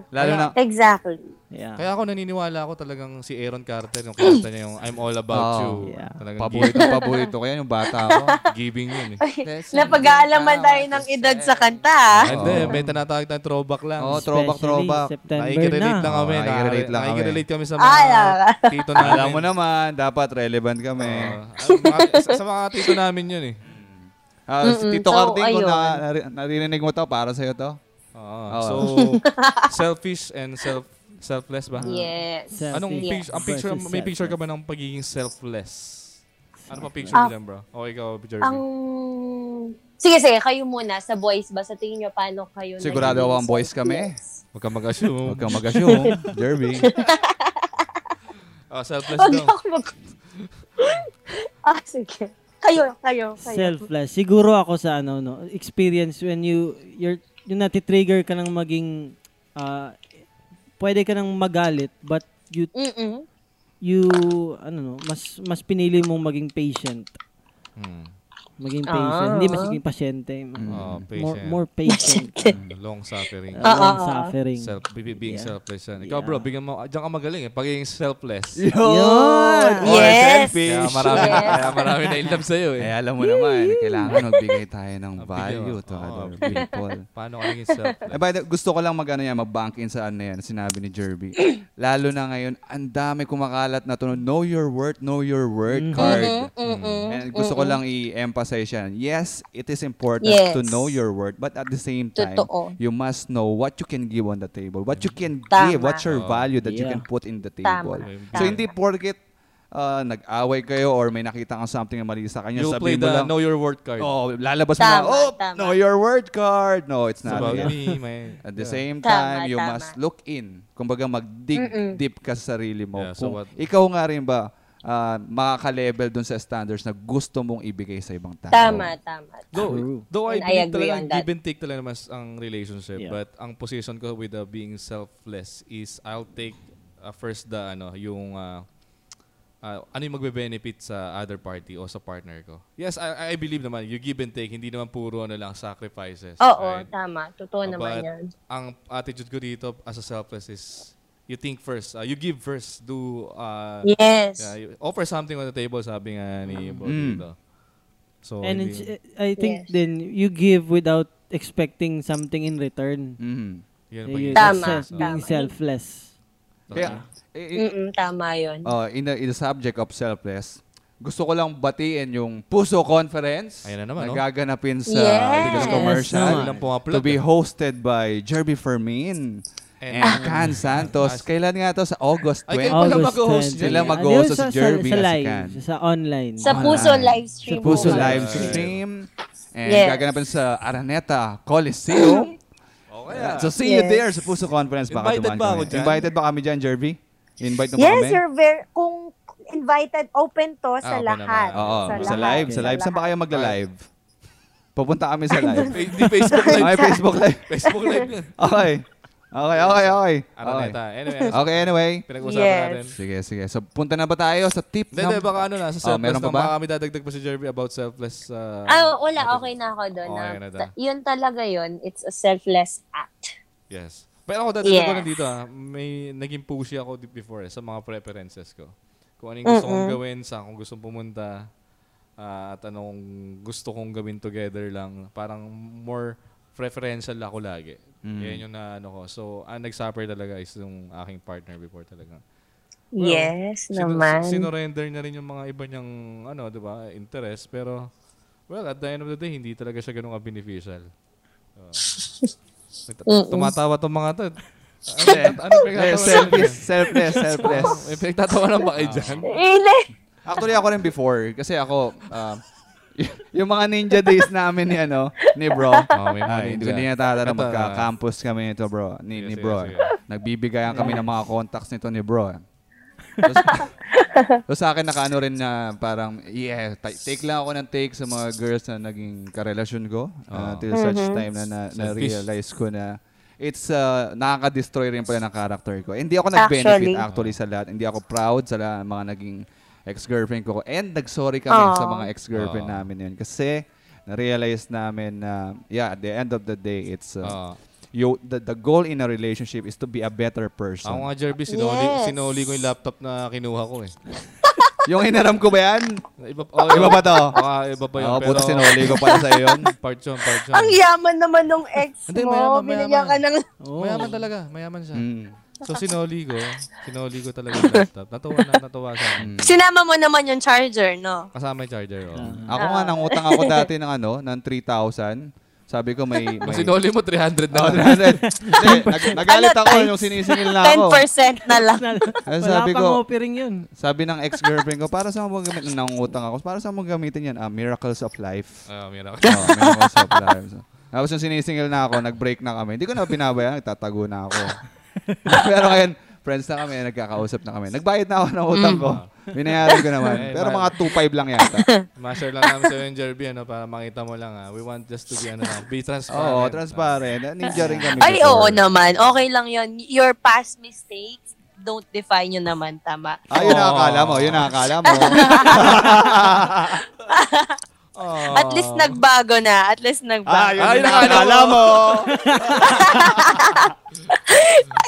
Speaker 2: Lalo na,
Speaker 5: Exactly.
Speaker 4: Yeah.
Speaker 3: Kaya ako naniniwala ako talagang si Aaron Carter yung kanta niya yung I'm all about
Speaker 2: Oh,
Speaker 3: you.
Speaker 4: yeah.
Speaker 3: Talagang
Speaker 2: paborito,
Speaker 3: giving,
Speaker 2: paborito ko yan, yung bata ko.
Speaker 3: [laughs] giving yun eh.
Speaker 5: Napag-aalaman tayo ng edad sa kanta. ah.
Speaker 2: Oo.
Speaker 3: Hindi, may tinatawag tayong throwback lang.
Speaker 2: Oh, throwback,
Speaker 4: Especially
Speaker 2: throwback.
Speaker 4: September
Speaker 3: Nakikirelate lang
Speaker 4: na.
Speaker 3: kami.
Speaker 2: Oo, nakikirelate lang kami.
Speaker 3: nakikirelate kami sa mga
Speaker 5: Ah, yeah.
Speaker 3: tito namin.
Speaker 2: Alam mo Eh. naman, dapat relevant kami.
Speaker 3: Oo. Alam- mga- [laughs] sa, sa mga tito namin yun eh.
Speaker 2: Ah, si
Speaker 5: Mm-mm.
Speaker 2: Tito
Speaker 5: So,
Speaker 2: Carding, kung
Speaker 5: ayun.
Speaker 2: na, nari- naririnig mo to, para sa'yo to.
Speaker 3: Oo.
Speaker 2: Oo.
Speaker 3: Oh,
Speaker 2: [laughs]
Speaker 3: So, selfish and self selfless ba?
Speaker 5: Yes.
Speaker 4: Selfish
Speaker 3: Anong pic- ang picture,
Speaker 4: versus
Speaker 3: may picture ka ba
Speaker 4: selfless.
Speaker 3: ng pagiging selfless? Ano pa picture
Speaker 5: Ah.
Speaker 3: mo dyan, bro? O ikaw, Jeremy.
Speaker 5: Ang... Sige, sige. Kayo muna. Sa boys ba? Sa tingin nyo, paano kayo
Speaker 2: Sigurado
Speaker 5: naging
Speaker 2: ang boys
Speaker 5: [laughs]
Speaker 2: kami.
Speaker 5: selfless?
Speaker 3: Huwag kang mag-assume.
Speaker 2: Huwag kang mag-assume,
Speaker 5: [laughs]
Speaker 2: Derby.
Speaker 3: Ah, selfless
Speaker 5: Huwag
Speaker 3: daw.
Speaker 5: ako mag... [laughs] ah, sige. Kayo, kayo, kayo.
Speaker 4: Selfless. Siguro ako sa ano no, experience when you you're yung natitrigger ka ng maging ah, pwede ka ng magalit but you
Speaker 5: Mm-mm.
Speaker 4: you ano no, mas mas pinili mong maging patient.
Speaker 3: Hmm.
Speaker 4: Maging
Speaker 5: Ah.
Speaker 4: patient, hindi magiging pasyente.
Speaker 3: Oh,
Speaker 4: More,
Speaker 3: patient.
Speaker 4: more
Speaker 5: [laughs]
Speaker 4: patient.
Speaker 3: Long suffering.
Speaker 2: Ah,
Speaker 4: Uh, long suffering.
Speaker 3: Self, be- be- being
Speaker 4: Yeah.
Speaker 3: selfless yan. Ikaw bro, bigyan mo, ah, diyan ka magaling eh. Pagiging selfless.
Speaker 2: [laughs]
Speaker 3: Oh,
Speaker 2: Yun! Or
Speaker 5: Yes.
Speaker 3: Kaya
Speaker 2: selfish.
Speaker 3: marami,
Speaker 5: Yes.
Speaker 3: kaya marami na in love sa'yo
Speaker 2: Eh,
Speaker 3: eh.
Speaker 2: alam mo naman, kailangan magbigay tayo ng
Speaker 3: Ang
Speaker 2: value
Speaker 3: bigay,
Speaker 2: to
Speaker 3: oh.
Speaker 2: other people.
Speaker 3: Paano ka naging selfless?
Speaker 2: Eh, by the, gusto ko lang magano yan, mag-bank in sa ano yan, sinabi ni Jerby. [clears throat] Lalo na ngayon, ang dami kumakalat na to, know your worth, know your worth
Speaker 5: Mm-hmm.
Speaker 2: card. And gusto ko lang i-emphasize yan. Yes, it is important
Speaker 5: Yes.
Speaker 2: to know your worth, but at the same time,
Speaker 5: Totoo.
Speaker 2: you must know what you can give on the table, what you can
Speaker 5: Tama.
Speaker 2: give, what's your value that you
Speaker 4: Yeah.
Speaker 2: can put in the table.
Speaker 3: Oh, Tama.
Speaker 2: So hindi porket uh, nag-away kayo or may nakita kang something na mali sa kanya,
Speaker 3: You'll play
Speaker 2: sabihin mo
Speaker 3: the
Speaker 2: lang,
Speaker 3: know your worth card.
Speaker 2: Oh, lalabas
Speaker 5: Tama,
Speaker 2: mo na, oh,
Speaker 5: tama.
Speaker 2: know your word card. No, it's
Speaker 3: It's
Speaker 2: not.
Speaker 3: about
Speaker 2: it.
Speaker 3: me, man.
Speaker 2: At the same
Speaker 5: Tama,
Speaker 2: time, you
Speaker 5: tama.
Speaker 2: must look in. Kumbaga, mag-dig deep ka sa sarili mo.
Speaker 3: Yeah, so
Speaker 2: Kung
Speaker 3: what-
Speaker 2: ikaw nga rin ba, ah, makaka-level dun sa standards na gusto mong ibigay sa ibang tao.
Speaker 5: Tama, tama.
Speaker 3: Though, though I
Speaker 5: And I
Speaker 3: believe
Speaker 5: agree
Speaker 3: talaga
Speaker 5: on that.
Speaker 3: give and take talaga mas ang relationship.
Speaker 4: Yeah.
Speaker 3: But ang position ko with the being selfless is I'll take uh, first the ano, yung uh, uh, ano yung magbe-benefit sa other party o sa partner ko. Yes, I, I believe naman, you give and take, hindi naman puro ano lang, sacrifices.
Speaker 5: Oo,
Speaker 3: right?
Speaker 5: tama. Totoo naman
Speaker 3: But
Speaker 5: yan.
Speaker 3: ang attitude ko dito as a selfless is you think first, uh, you give first, do uh,
Speaker 5: Yes.
Speaker 3: yeah, you- offer something on the table sabi nga ni Bo
Speaker 2: Mm.
Speaker 3: dito. So
Speaker 4: And
Speaker 3: hindi-
Speaker 4: it's- eh, I think
Speaker 5: Yes.
Speaker 4: then you give without expecting something in return.
Speaker 2: Mhm.
Speaker 3: yun ang
Speaker 4: You-
Speaker 3: pag-
Speaker 5: Tama,
Speaker 4: self- Being
Speaker 5: tama.
Speaker 4: selfless.
Speaker 2: Kaya, eh, oh, eh,
Speaker 5: Mm-mm, tama yun.
Speaker 2: oh, in, the, in the subject of selfless, gusto ko lang batiin yung Puso Conference
Speaker 3: Ayan na naman, no?
Speaker 2: gaganapin sa
Speaker 5: Yes.
Speaker 2: Ligas Commercial
Speaker 4: Yes,
Speaker 3: naman.
Speaker 2: to be hosted by Jerby Fermin and,
Speaker 3: And-
Speaker 2: Can Santos. Kailan nga to? Sa August 20.
Speaker 3: Ay, kayo pala
Speaker 4: August
Speaker 3: mag-host
Speaker 4: 20.
Speaker 3: dyan.
Speaker 2: Sila
Speaker 4: Ah,
Speaker 2: mag-host
Speaker 4: yun
Speaker 2: sa Jerby
Speaker 4: sa
Speaker 2: at si
Speaker 4: live,
Speaker 2: Can.
Speaker 4: sa online.
Speaker 5: Sa puso live stream.
Speaker 4: Sa
Speaker 2: Puso
Speaker 4: Puso
Speaker 2: live
Speaker 4: live
Speaker 2: stream. And
Speaker 5: Yes.
Speaker 2: gaganapin sa Araneta Coliseum.
Speaker 3: Okay.
Speaker 2: Yeah. So see you
Speaker 5: Yes.
Speaker 2: there sa Puso Conference. Baka
Speaker 3: Invited
Speaker 2: dumaan
Speaker 3: ba ako
Speaker 2: kami.
Speaker 3: dyan?
Speaker 2: Invited ba kami dyan, Jerby? Invite mo ba
Speaker 5: Yes,
Speaker 2: Ano kami?
Speaker 5: you're very, kung invited, open to
Speaker 3: Ah,
Speaker 5: sa
Speaker 3: open naman.
Speaker 5: lahat.
Speaker 2: Oo, sa, live, sa live. Saan ba kayo magla-live? Pupunta kami sa live.
Speaker 5: [laughs]
Speaker 3: Fa- [laughs] Hindi Facebook live.
Speaker 2: okay, Facebook live.
Speaker 3: Facebook live [laughs] yun.
Speaker 2: Okay. Okay, okay, okay. Okay,
Speaker 3: Araneta. Anyway, ano,
Speaker 2: okay anyway.
Speaker 3: pinag-usapan
Speaker 5: Yes.
Speaker 3: natin.
Speaker 2: Sige, sige. So, punta na ba tayo sa tip
Speaker 3: Hindi,
Speaker 2: ng...
Speaker 3: hindi, baka ano na, sa
Speaker 2: Oh,
Speaker 3: selfless
Speaker 2: meron
Speaker 3: na
Speaker 2: pa ba?
Speaker 3: baka kami dadagdag pa si Jeremy about selfless. Uh,
Speaker 5: Ah, wala. Okay na ako doon.
Speaker 3: Okay
Speaker 5: na,
Speaker 3: na ta.
Speaker 5: yun talaga yun. It's a selfless act.
Speaker 3: Yes. Pero ako dadagdag ko
Speaker 5: Yes.
Speaker 3: lang dito ah. May naging pushy ako di- before eh, sa mga preferences ko. Kung anong gusto kong gawin, saan kung gusto kong pumunta, ah, at anong gusto kong gawin together lang. Parang more preferential ako lagi. Yan yung na ano ko. So, ang nag-suffer talaga is yung aking partner before talaga. Well,
Speaker 5: yes,
Speaker 3: Sino-
Speaker 5: naman.
Speaker 3: Sinorender niya rin yung mga iba niyang, ano, di ba, interest. Pero, well, at the end of the day, hindi talaga siya ganun ka-beneficial.
Speaker 5: [laughs]
Speaker 3: Uh, nagta- tumatawa tong mga to. Ano, ano
Speaker 2: Eh,
Speaker 3: pinagtatawa
Speaker 2: selfless,
Speaker 5: [laughs]
Speaker 2: selfless, selfless.
Speaker 3: May pinagtatawa ng baki dyan.
Speaker 5: Ili-
Speaker 2: Actually, ako rin before. Kasi ako, um, y- yung mga ninja days namin ni ano, ni bro.
Speaker 3: Oh, may mga
Speaker 2: Ay, hindi ko
Speaker 3: ninja.
Speaker 2: din natatanong.
Speaker 3: Ito, ah.
Speaker 2: Magka-campus kami nito, bro. Ni,
Speaker 3: Sige,
Speaker 2: ni
Speaker 3: sige,
Speaker 2: bro.
Speaker 3: sige.
Speaker 2: Nagbibigayan kami ng mga contacts nito ni bro. So, so sa akin, nakaano rin na parang, yeah, ta- take lang ako ng take sa mga girls na naging karelasyon ko.
Speaker 3: Oh.
Speaker 2: uh, till such time na, na,
Speaker 3: Selfish.
Speaker 2: na-realize ko na it's uh, nakaka-destroy rin pala ng character ko. Hindi ako nag-benefit
Speaker 5: Actually.
Speaker 2: actually sa lahat. Hindi ako proud sa lahat, mga naging ex-girlfriend ko. And nag-sorry kami
Speaker 5: Aw.
Speaker 2: sa mga ex-girlfriend
Speaker 3: Aw.
Speaker 2: namin yun. Kasi na-realize namin na, yeah, at the end of the day, it's, uh,
Speaker 3: Ah.
Speaker 2: you, the, the goal in a relationship is to be a better person.
Speaker 3: Ako
Speaker 2: [laughs]
Speaker 3: nga, Jerby, sinuli,
Speaker 5: Yes.
Speaker 3: sinuli ko yung laptop na kinuha ko eh.
Speaker 2: yung hinaram ko ba yan?
Speaker 3: Iba, oh,
Speaker 2: Iba ba to?
Speaker 3: Baka iba pa yun.
Speaker 2: Oo,
Speaker 3: pero,
Speaker 2: puta sinuli ko pala sa'yo
Speaker 3: [laughs]
Speaker 2: yun.
Speaker 3: Part yun, part yun.
Speaker 5: Ang yaman naman nung ex
Speaker 3: Hindi,
Speaker 5: mo.
Speaker 3: mayaman,
Speaker 5: Binigyan ka ng...
Speaker 4: Oh.
Speaker 3: Mayaman talaga. Mayaman siya.
Speaker 2: Mm.
Speaker 3: So, sinoli ko. Sinoli ko talaga yung laptop. Natuwa na, natuwa siya.
Speaker 2: Mm.
Speaker 5: Sinama mo naman yung charger, no?
Speaker 3: Kasama yung charger. Oh.
Speaker 2: Ako nga, nangutang ako dati ng ano, ng 3,000. Sabi ko may... may
Speaker 3: Kung
Speaker 2: [laughs]
Speaker 3: sinoli mo, 300 na.
Speaker 2: Oo, 300. Hindi, nag- nagalit
Speaker 5: Ano,
Speaker 2: ako
Speaker 5: times?
Speaker 2: yung sinisingil na ako.
Speaker 5: 10% na lang.
Speaker 2: Ayun,
Speaker 4: Wala
Speaker 2: sabi
Speaker 4: pang
Speaker 2: ko-
Speaker 4: offering yun.
Speaker 2: Sabi ng ex-girlfriend ko, para sa mong gamitin, nangungutang ako, para sa mong gamitin yan, ah, miracles of life.
Speaker 3: Ah, meron ako.
Speaker 2: Oh, miracles of life. So, tapos yung sinisingil na ako, nag-break na kami. Hindi ko na binabayan, nagtatago na ako. [laughs] Pero ngayon, friends na kami, nagkakausap na kami. Nagbayad na ako ng utang ko. Binayaran ko naman.
Speaker 3: Eh,
Speaker 2: Pero
Speaker 3: mahal.
Speaker 2: mga 2.5 lang yata. [laughs]
Speaker 3: Ma-share lang namin sa'yo yung Jerby, ano, para makita mo lang, ah. We want just to be, ano, lang, be transparent.
Speaker 2: Oo, transparent. Ninja rin kami.
Speaker 5: Ay,
Speaker 2: before.
Speaker 5: oo naman. Okay lang yun. Your past mistakes, don't define yun naman, tama.
Speaker 2: Ah, yun ang akala mo. Yun ang akala [laughs] mo.
Speaker 3: Oh.
Speaker 5: At least nagbago na. At least
Speaker 2: ah,
Speaker 5: nagbago.
Speaker 2: yun, ang
Speaker 3: Ay,
Speaker 2: akala
Speaker 3: nakakala
Speaker 2: mo.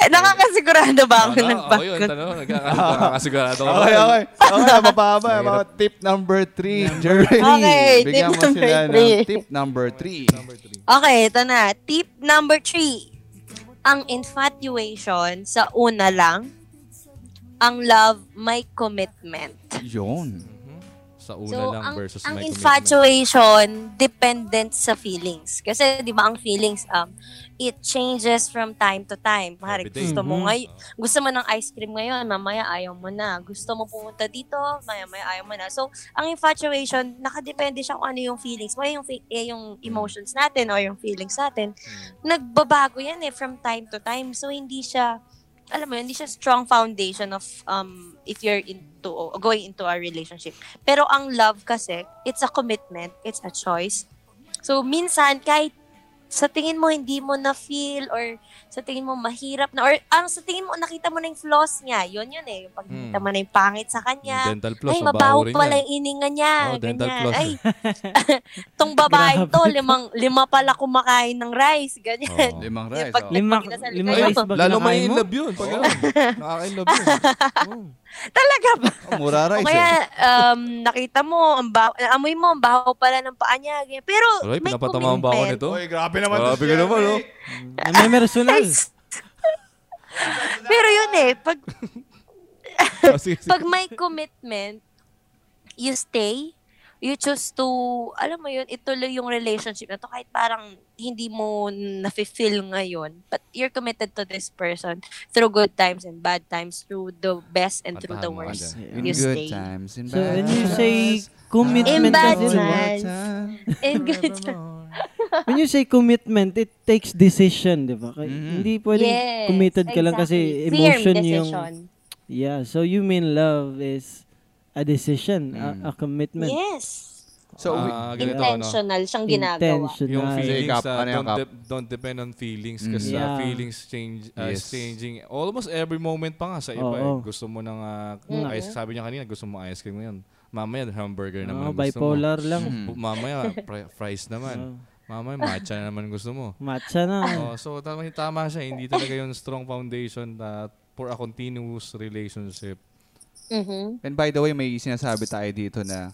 Speaker 5: Eh, Nakakasigurado ba ako
Speaker 3: Ano,
Speaker 5: nagbago?
Speaker 3: oh, yun, tanong. Nagkakasigurado ka.
Speaker 2: Okay, okay. Okay, mababa. Mababa. Tip number three, Jerry.
Speaker 5: Okay, tip
Speaker 2: Bigyan mo
Speaker 5: number
Speaker 2: sila ng
Speaker 5: three.
Speaker 2: tip number three.
Speaker 3: Number three.
Speaker 5: Okay, ito na. Tip number three. Ang infatuation sa una lang, ang love may commitment.
Speaker 2: Yun.
Speaker 3: Sa una
Speaker 5: So,
Speaker 3: lang
Speaker 5: ang,
Speaker 3: versus
Speaker 5: ang
Speaker 3: my commitment.
Speaker 5: infatuation dependent sa feelings. Kasi 'di ba ang feelings um it changes from time to time. Pare,
Speaker 3: Every day.
Speaker 5: gusto mo
Speaker 4: Mhm.
Speaker 5: ngay gusto mo ng ice cream ngayon, mamaya ayaw mo na. Gusto mo pumunta dito, mamaya maya ayaw mo na. So, ang infatuation nakadepende siya kung ano yung feelings mo, eh, yung fe- eh, yung
Speaker 3: Hmm.
Speaker 5: emotions natin or yung feelings natin. Nagbabago 'yan eh from time to time. So, hindi siya alam mo, yun, hindi siya strong foundation of um if you're into going into a relationship. Pero ang love kasi, it's a commitment, it's a choice. So minsan kahit sa tingin mo hindi mo na feel or sa tingin mo mahirap na or ang sa tingin mo nakita mo na yung flaws niya, yun yun eh, yung pag nakita
Speaker 3: Hmm.
Speaker 5: mo na yung pangit sa
Speaker 3: Yung
Speaker 5: kanya.
Speaker 3: dental floss,
Speaker 5: ay,
Speaker 3: mabaho
Speaker 5: mabaho
Speaker 3: rin
Speaker 5: pala
Speaker 3: yan.
Speaker 5: yung ininga niya.
Speaker 3: Oh, dental
Speaker 5: ganyan.
Speaker 3: floss.
Speaker 5: Ay,
Speaker 3: [laughs]
Speaker 5: tong babae
Speaker 4: Grabe.
Speaker 5: to, limang, lima pala kumakain ng rice. Ganyan.
Speaker 3: Oo.
Speaker 2: Limang
Speaker 5: Yung
Speaker 2: rice.
Speaker 5: pag-
Speaker 2: oh.
Speaker 4: Lima,
Speaker 5: nagpakita sa
Speaker 4: lima
Speaker 5: likod.
Speaker 4: rice bag
Speaker 3: Lalo
Speaker 4: na
Speaker 3: may
Speaker 4: kain
Speaker 3: in
Speaker 4: mo.
Speaker 3: love yun. Pag
Speaker 5: [laughs]
Speaker 3: ganun. Nakaka-in love yun. Oo.
Speaker 5: [laughs] Talaga ba?
Speaker 2: Oh, mura rice.
Speaker 5: O
Speaker 2: eh.
Speaker 5: kaya, um, nakita mo, ang baho, amoy mo, ang baho pala ng paa niya. ganyan. Pero,
Speaker 3: Aray,
Speaker 5: may
Speaker 3: pinapatama ang bako
Speaker 5: commitment.
Speaker 3: nito.
Speaker 2: eh. grabe
Speaker 3: Grabe ka naman, oh.
Speaker 4: Na may [laughs] personal.
Speaker 5: Pero yun eh, pag,
Speaker 3: Ah, sige, sige.
Speaker 5: pag may commitment,
Speaker 6: you stay, you choose to, alam mo yun, ituloy yung relationship na to kahit parang hindi mo nafe-feel ngayon. But you're committed to this person through good times and bad times, through the best and through the
Speaker 3: Patama ka
Speaker 6: worst.
Speaker 3: dyan.
Speaker 2: In
Speaker 6: You
Speaker 2: good
Speaker 6: stay.
Speaker 2: times, in
Speaker 4: So,
Speaker 2: bad
Speaker 4: when you
Speaker 2: times.
Speaker 4: say commitment,
Speaker 5: bad
Speaker 4: kasi, diba? ah?
Speaker 5: times.
Speaker 6: And good times.
Speaker 4: when you say commitment, it takes decision, di ba? Kaya
Speaker 3: Mm-hmm.
Speaker 2: Mhm.
Speaker 4: Hindi pwedeng committed ka lang kasi
Speaker 6: exactly.
Speaker 4: emotion
Speaker 6: Firm
Speaker 4: yung...
Speaker 6: decision.
Speaker 4: Yeah, so you mean love is a decision,
Speaker 2: Mm.
Speaker 4: a, a commitment.
Speaker 5: Yes.
Speaker 2: So, we-
Speaker 3: Ah, ganito, ano?
Speaker 5: Intentional siyang ginagawa.
Speaker 3: Yung
Speaker 4: Intentional.
Speaker 3: feelings,
Speaker 2: Kap,
Speaker 3: ah,
Speaker 2: ano yan,
Speaker 3: don't,
Speaker 2: Kap?
Speaker 3: de- don't depend on feelings kasi
Speaker 4: Mm.
Speaker 3: ah,
Speaker 4: Yeah.
Speaker 3: feelings change, ah, is
Speaker 2: Yes.
Speaker 3: changing almost every moment pa nga sa iba. eh.
Speaker 4: Oo. Mm.
Speaker 3: Gusto mo ng ah, ice, sabi niya kanina, gusto mo ice cream ngayon. Mamaya, hamburger naman
Speaker 4: Oh,
Speaker 3: ang gusto
Speaker 4: bipolar
Speaker 3: mo. Mm.
Speaker 4: lang.
Speaker 2: Hmm.
Speaker 3: Bu- Mamaya, fri- fries naman. Mamaya, matcha na naman gusto mo.
Speaker 4: Matcha na.
Speaker 3: Oh, so tama, tama siya, hindi talaga yung strong foundation na for a continuous relationship.
Speaker 5: Mhm.
Speaker 2: And by the way, may sinasabi tayo dito na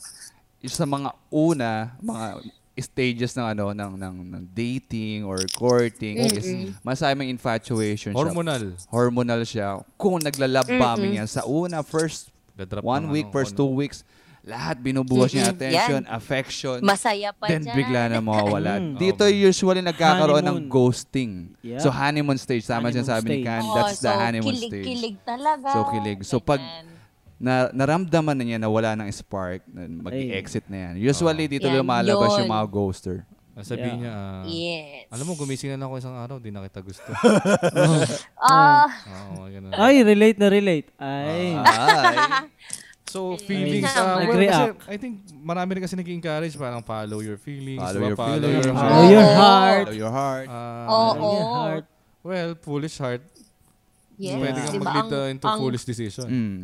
Speaker 2: isa sa mga una, mga stages ng ano ng ng, ng dating or courting is masamang infatuation siya.
Speaker 3: Hormonal.
Speaker 2: Hormonal siya. Kung nagla-love bombing yan sa una first
Speaker 3: Dadrop
Speaker 2: one
Speaker 3: ng
Speaker 2: week,
Speaker 3: ano,
Speaker 2: first
Speaker 3: ano.
Speaker 2: two weeks, lahat binubuhos niya
Speaker 6: Mm-mm.
Speaker 2: attention, affection.
Speaker 6: Masaya pa
Speaker 2: then
Speaker 6: dyan.
Speaker 2: bigla na mawawala.
Speaker 4: Mm.
Speaker 2: Dito usually nagkakaroon ng
Speaker 4: Honeymoon.
Speaker 2: ghosting.
Speaker 4: Yeah.
Speaker 2: So honeymoon stage, tama
Speaker 4: Honeymoon
Speaker 2: siya sabi ni
Speaker 4: stage.
Speaker 2: Can,
Speaker 6: Oh,
Speaker 5: Oo,
Speaker 2: that's the
Speaker 5: so
Speaker 2: honeymoon
Speaker 5: kilig,
Speaker 2: stage.
Speaker 5: Kilig talaga.
Speaker 2: So kilig. So pag
Speaker 5: Ganyan.
Speaker 2: na naramdaman na niya na wala ng spark, na mag-exit na yan. Usually dito
Speaker 5: Yan,
Speaker 2: lumalabas yung
Speaker 5: yun.
Speaker 2: mga ghoster.
Speaker 3: Ah, Sabihin
Speaker 4: Yeah.
Speaker 3: niya, ah,
Speaker 5: Yes.
Speaker 3: alam mo, gumising na lang ako isang araw, di na kita
Speaker 4: [laughs]
Speaker 3: gusto.
Speaker 5: Ah,
Speaker 3: Oo, ganun.
Speaker 4: Mm. Ay, relate na relate. Ay.
Speaker 2: Ah. Ay.
Speaker 3: So, feelings.
Speaker 6: Tama.
Speaker 3: ah, well,
Speaker 4: Nag-react.
Speaker 3: kasi I think marami rin kasi nag-encourage parang follow your feelings.
Speaker 2: Follow
Speaker 3: diba?
Speaker 2: your feelings. Ah.
Speaker 4: Follow your
Speaker 5: Oo.
Speaker 4: heart.
Speaker 2: Follow your heart.
Speaker 3: Ah,
Speaker 5: oo.
Speaker 4: Follow your heart.
Speaker 3: Well, foolish heart.
Speaker 5: Yes.
Speaker 3: Pwede kang
Speaker 5: Diba
Speaker 3: mag-lead
Speaker 5: ang-
Speaker 3: ah, into
Speaker 5: ang-
Speaker 3: foolish decision.
Speaker 2: Mm.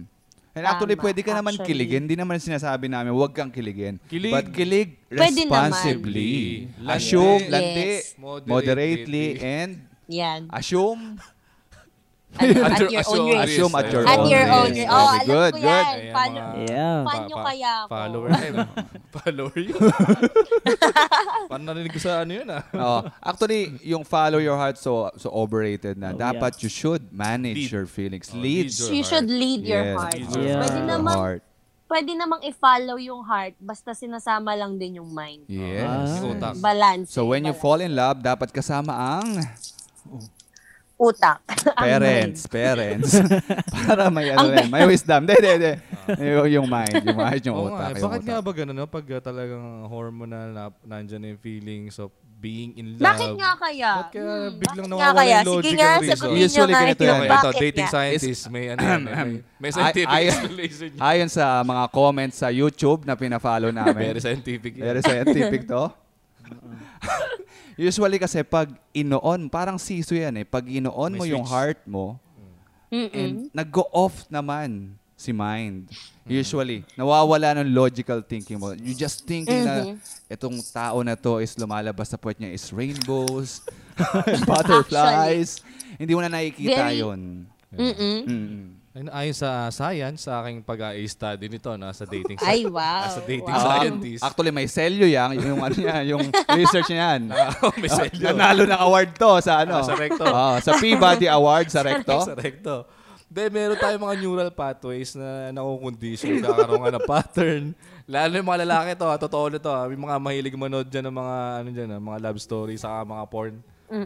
Speaker 2: And actually,
Speaker 5: Tama,
Speaker 2: pwede ka naman
Speaker 5: actually.
Speaker 2: kiligin. Hindi naman sinasabi namin, huwag kang kiligin.
Speaker 3: Kilig.
Speaker 2: But kilig
Speaker 5: Pwede naman.
Speaker 2: responsibly.
Speaker 3: Landi.
Speaker 2: Assume,
Speaker 3: Yes.
Speaker 2: landi,
Speaker 3: Moderately.
Speaker 2: moderately, and
Speaker 5: Yan.
Speaker 2: assume.
Speaker 5: At, at your own
Speaker 3: assume-
Speaker 5: risk.
Speaker 2: Assume at your
Speaker 5: At
Speaker 2: own
Speaker 5: your own
Speaker 2: risk.
Speaker 5: risk. Oh,
Speaker 2: Okay,
Speaker 5: alam
Speaker 2: good,
Speaker 5: ko
Speaker 2: good. [laughs]
Speaker 5: yan.
Speaker 3: Ayan,
Speaker 5: Paano,
Speaker 3: mga-
Speaker 4: Yeah.
Speaker 5: Paano kaya ako?
Speaker 3: Follower. [laughs] follower
Speaker 5: [laughs]
Speaker 3: yun. Paano narinig ko sa ano yun ah?
Speaker 2: Oo. Oh, actually, yung follow your heart, so so overrated na.
Speaker 4: Oh,
Speaker 2: Dapat you should manage
Speaker 3: Lead.
Speaker 2: your feelings.
Speaker 3: Oh,
Speaker 2: lead.
Speaker 3: lead your
Speaker 5: you
Speaker 3: heart.
Speaker 5: should lead your
Speaker 2: Yes,
Speaker 5: heart.
Speaker 3: lead Uh-huh.
Speaker 2: your
Speaker 4: Yeah.
Speaker 5: Pwede
Speaker 4: heart.
Speaker 5: namang,
Speaker 2: heart.
Speaker 5: pwede namang i-follow yung heart basta sinasama lang din yung mind.
Speaker 2: Yes.
Speaker 3: Yung utak.
Speaker 5: Balance.
Speaker 2: So when you fall in love, dapat kasama ang
Speaker 5: Utak.
Speaker 2: [laughs] parents, parents. [laughs] Para may ano rin, may wisdom. Hindi, hindi, hindi. Yung- Yung mind, yung mind, yung
Speaker 3: Uh-huh. Oo
Speaker 2: utak.
Speaker 3: nga, eh.
Speaker 2: yung
Speaker 3: bakit nga
Speaker 2: utak.
Speaker 3: ba ganun, no? Pag ah, talagang hormonal, na, nandyan na yung feelings of being in
Speaker 2: um,
Speaker 3: love.
Speaker 5: [laughs] Bakit nga kaya?
Speaker 3: Bakit kaya
Speaker 5: Hmm,
Speaker 3: biglang
Speaker 5: bakit nga
Speaker 3: nawawala
Speaker 5: kaya?
Speaker 3: yung logic
Speaker 5: Sige nga,
Speaker 3: and reason?
Speaker 5: sagutin nyo
Speaker 2: Usually
Speaker 5: nga
Speaker 2: ganito eh.
Speaker 5: yung
Speaker 2: yan.
Speaker 3: Okay, ito,
Speaker 5: bakit
Speaker 3: dating
Speaker 5: nga.
Speaker 3: scientist, may ano
Speaker 2: [clears throat]
Speaker 3: yan, eh, may, may scientific [laughs]
Speaker 2: Ay- ay-
Speaker 3: explanation yan.
Speaker 2: [laughs] Ayon sa mga comments sa YouTube na pina-follow
Speaker 3: [laughs]
Speaker 2: namin.
Speaker 3: Very scientific yan.
Speaker 2: Very scientific to. [laughs] Usually kasi pag inoon, parang siso yan eh. Pag inoon
Speaker 3: May
Speaker 2: mo yung
Speaker 3: switch.
Speaker 2: heart mo, and nag-go off naman si mind. Usually, nawawala ng logical thinking mo. You just thinking
Speaker 5: Mm-hmm.
Speaker 2: na itong tao na to is lumalabas sa puwet niya is rainbows, [laughs] butterflies. Hindi mo na nakikita
Speaker 5: Very-
Speaker 2: yun.
Speaker 5: Mm-mm.
Speaker 2: Mm.
Speaker 3: Ayun, ayon sa ah, science, sa aking pag-i-study nito, no, sa dating
Speaker 5: Ay, wow. Um,
Speaker 3: As a dating
Speaker 5: Wow.
Speaker 2: Ah,
Speaker 3: scientist.
Speaker 2: actually, may selyo yan. Yung, ano niya, yung research niya
Speaker 3: [laughs]
Speaker 2: yan.
Speaker 3: Oh, may selyo.
Speaker 2: Nanalo ng award to sa ano?
Speaker 3: Ah, sa Recto.
Speaker 2: Ah, sa Peabody Award sa Recto.
Speaker 3: Sa recto. Then, meron tayong mga neural pathways na nakukondition, kakaroon ka na pattern. Lalo yung mga lalaki to, ha, totoo na to. ha, Yung mga mahilig manood dyan ng mga, ano dyan, ha, mga love story, saka mga porn.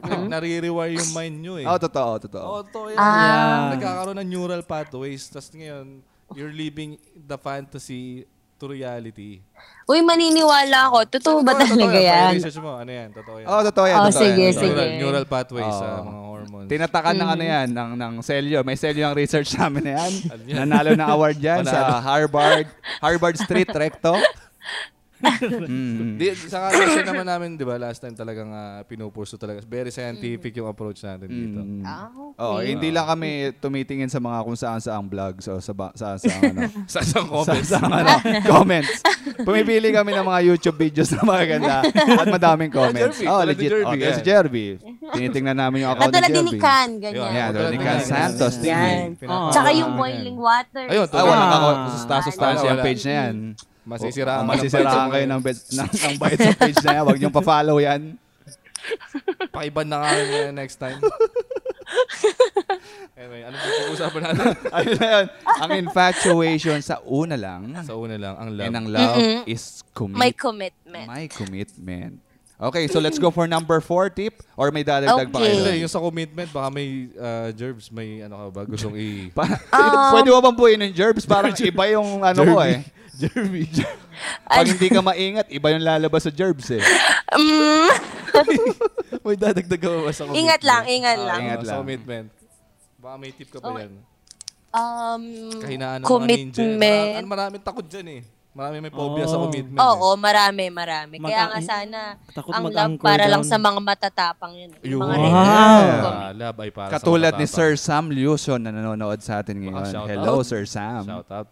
Speaker 3: [laughs] Nare-rewire yung mind nyo eh.
Speaker 2: Oh, totoo, totoo.
Speaker 3: Oo, totoo yan.
Speaker 4: Ah.
Speaker 3: Nagkakaroon ng neural pathways. Tapos ngayon, you're living the fantasy to reality.
Speaker 5: Uy, maniniwala ako. Totoo ba
Speaker 3: Ah, Totoo
Speaker 5: talaga
Speaker 3: yan.
Speaker 5: yan?
Speaker 3: Research mo, ano yan, totoo yan.
Speaker 2: Oh, totoo yan.
Speaker 5: Oh,
Speaker 2: totoo
Speaker 5: sige,
Speaker 2: yan, totoo
Speaker 5: sige.
Speaker 3: Neural, neural pathways sa
Speaker 2: Oo.
Speaker 3: mga hormones.
Speaker 2: Tinatakan ng ano yan, ng, ng selyo. May selyo ang research namin na yan.
Speaker 3: Ano yan?
Speaker 2: Nanalo na award yan sa Harvard, Harvard Street Recto.
Speaker 3: Di, saka [laughs] kasi naman namin, di ba, last time talagang ah, pinupurso talaga. Very scientific yung approach natin dito. [laughs]
Speaker 5: Ah,
Speaker 2: Oh,
Speaker 5: okay.
Speaker 2: hindi lang kami tumitingin sa mga kung saan saang vlogs o sa ba- saan saang
Speaker 5: [laughs]
Speaker 2: ano.
Speaker 3: Sa isang
Speaker 2: sa,
Speaker 3: comments.
Speaker 2: sa ano, [laughs] comments. Pumipili kami ng mga YouTube videos na magaganda at madaming comments.
Speaker 3: Jerby,
Speaker 2: Oh,
Speaker 3: tulad ni
Speaker 2: legit.
Speaker 3: Jerby,
Speaker 2: Okay,
Speaker 3: yan.
Speaker 2: si Jerby. Tinitingnan namin yung account
Speaker 5: Katulad din
Speaker 2: ni
Speaker 5: ni
Speaker 2: Jerby.
Speaker 5: Can,
Speaker 3: Yun,
Speaker 5: ganyan.
Speaker 2: Oh, Yeah, tulad ni
Speaker 3: Yan.
Speaker 2: Can Santos. TV.
Speaker 5: Yan.
Speaker 3: Pinaka-
Speaker 5: Tsaka yung boiling water.
Speaker 3: Ayun,
Speaker 2: Ah,
Speaker 3: wala
Speaker 2: wala
Speaker 3: ka.
Speaker 2: ka. Susta-susta
Speaker 3: Wala, Ah, wala.
Speaker 2: yung page na yan.
Speaker 3: Masisiraan
Speaker 2: Oh,
Speaker 3: ka ng
Speaker 2: masisiraan
Speaker 3: bites
Speaker 2: kayo
Speaker 3: mo
Speaker 2: ng, bits- [laughs] ng, ng bites sa page na yan. Huwag niyong pa-follow yan. [laughs]
Speaker 3: [laughs] Pakiban na nga yun, eh, next time. Anyway, ano ba pag-uusapan [laughs] natin?
Speaker 2: Ayun na yun. Ang infatuation sa una lang,
Speaker 3: Sa una lang, ang love.
Speaker 2: and ang love
Speaker 5: Mm-mm.
Speaker 2: is commit.
Speaker 5: My commitment.
Speaker 2: My commitment. Okay, so let's go for number four tip or may dadagdag pa kayo?
Speaker 5: Okay.
Speaker 3: Hindi, yung sa commitment, baka may uh, germs, may ano ka ba, gustong i...
Speaker 2: Pa- [laughs] Pwede mo bang buuin ng gerbs? Parang iba yung ano ko eh.
Speaker 3: Jeremy.
Speaker 2: Pag hindi ka maingat, iba yung lalabas sa gerbs eh.
Speaker 5: Mm,
Speaker 3: [laughs] may dadagdag ka ba sa commitment?
Speaker 5: ingat lang, ingat
Speaker 3: Ah,
Speaker 5: lang. Oh.
Speaker 2: Ingat
Speaker 3: Sa
Speaker 2: lang.
Speaker 3: commitment. Baka may tip ka pa yan.
Speaker 5: Um,
Speaker 3: Kahinaan ng mga ninja. eh. Mara-
Speaker 5: commitment.
Speaker 3: ano, maraming takot dyan eh. Marami may phobia sa
Speaker 4: Oo.
Speaker 3: commitment. eh.
Speaker 5: Oo, marami, marami. Kaya
Speaker 4: Mag-
Speaker 5: nga sana,
Speaker 4: Takot
Speaker 5: ang love
Speaker 4: mag-anchor
Speaker 5: para lang
Speaker 4: down.
Speaker 5: sa mga matatapang yun.
Speaker 3: Eh. Yung
Speaker 5: Mga
Speaker 4: Wow.
Speaker 5: regular
Speaker 3: Ah,
Speaker 5: commitment.
Speaker 3: love ay para sa
Speaker 2: Katulad ni
Speaker 3: matatapang.
Speaker 2: Sir Sam Lucion na nanonood sa atin ngayon.
Speaker 3: Baka shout
Speaker 2: Hello,
Speaker 3: out.
Speaker 2: Sir Sam.
Speaker 3: Shout out.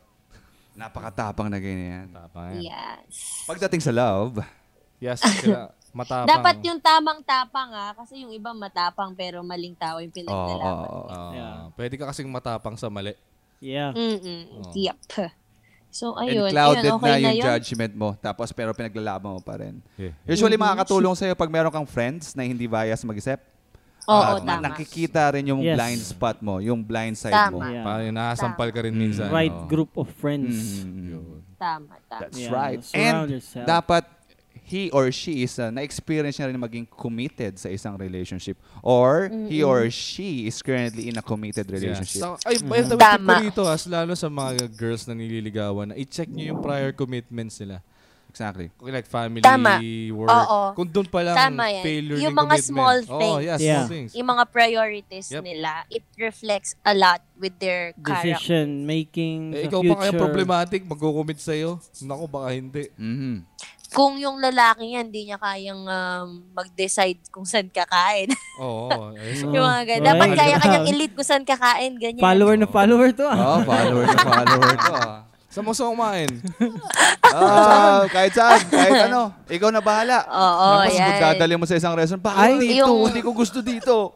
Speaker 2: Napakatapang na ganyan.
Speaker 3: Tapang yan.
Speaker 5: Yes.
Speaker 2: Pagdating sa love,
Speaker 3: Yes,
Speaker 5: [laughs]
Speaker 3: kaya matapang.
Speaker 5: Dapat yung tamang tapang ah, kasi yung iba matapang pero maling tao yung
Speaker 2: oo, oo,
Speaker 5: pinagdalaman.
Speaker 2: oo.
Speaker 3: Ah,
Speaker 4: Yeah.
Speaker 3: Pwede ka kasing matapang sa mali.
Speaker 4: Yeah.
Speaker 5: Mm-mm.
Speaker 3: Oo.
Speaker 5: Yep. So,
Speaker 2: and
Speaker 5: ayun.
Speaker 2: clouded
Speaker 5: ayun, okay
Speaker 2: na yung
Speaker 5: yun.
Speaker 2: judgment mo. Tapos pero pinaglalaban mo pa rin.
Speaker 3: Yeah.
Speaker 2: Usually
Speaker 5: Mm-hmm.
Speaker 2: makakatulong sa'yo pag meron kang friends na hindi bias mag-isip.
Speaker 5: Oo,
Speaker 3: Ah,
Speaker 2: At
Speaker 5: tama.
Speaker 2: Nakikita rin yung
Speaker 4: Yes.
Speaker 2: blind spot mo, yung blind side
Speaker 5: Tama.
Speaker 2: mo.
Speaker 4: Yeah.
Speaker 3: Parang yung nakasampal ka rin minsan.
Speaker 4: Right
Speaker 3: oo.
Speaker 4: group of friends.
Speaker 2: Mm.
Speaker 5: Tama, tama.
Speaker 2: That's
Speaker 4: Yeah,
Speaker 2: right. And
Speaker 4: surround yourself.
Speaker 2: dapat he or she is uh, na-experience niya rin maging committed sa isang relationship or he or she is currently in a committed relationship.
Speaker 3: Yeah. Sa- Ay, by the way, tip ko
Speaker 5: Mm. Tama.
Speaker 3: dito, as lalo sa mga girls na nililigawan, i-check nyo yung prior commitments nila.
Speaker 2: Exactly.
Speaker 3: Kung Like family,
Speaker 5: Tama.
Speaker 3: work.
Speaker 5: Oo.
Speaker 3: Kung doon pa lang,
Speaker 5: Tama yan.
Speaker 3: failure
Speaker 5: Yung
Speaker 3: ng
Speaker 5: mga
Speaker 3: commitment.
Speaker 5: small
Speaker 3: Oo,
Speaker 5: things.
Speaker 3: yeah,
Speaker 4: Yeah.
Speaker 3: small things.
Speaker 5: Yung mga priorities
Speaker 3: Yep.
Speaker 5: nila, it reflects a lot with their character.
Speaker 4: Decision making
Speaker 3: Eh,
Speaker 4: the
Speaker 3: ikaw
Speaker 4: future.
Speaker 3: pa kaya problematic, magkukumit sa'yo. Naku, baka hindi.
Speaker 2: Mhm.
Speaker 5: Kung yung lalaki niya, hindi niya kayang um, mag-decide kung saan kakain. [laughs]
Speaker 3: Oo. eh,
Speaker 4: Mm.
Speaker 3: so-
Speaker 5: yung mga ganyan.
Speaker 4: Okay.
Speaker 5: Dapat kaya kanyang
Speaker 4: [laughs] Wow.
Speaker 5: elite kung saan kakain, ganyan.
Speaker 4: Oh. Follower na follower to ah. [laughs]
Speaker 2: Oh, follower na follower
Speaker 5: [laughs]
Speaker 2: to. ah.
Speaker 3: Saan mo sa kumain?
Speaker 2: Ah, kahit saan, kahit ano. Ikaw na bahala.
Speaker 5: [laughs] Oo,
Speaker 2: Tapos
Speaker 5: yan.
Speaker 2: kung dadali mo sa isang restaurant, bakit
Speaker 4: Ay,
Speaker 2: dito?
Speaker 5: yung-
Speaker 2: Hindi ko gusto dito.
Speaker 5: [laughs]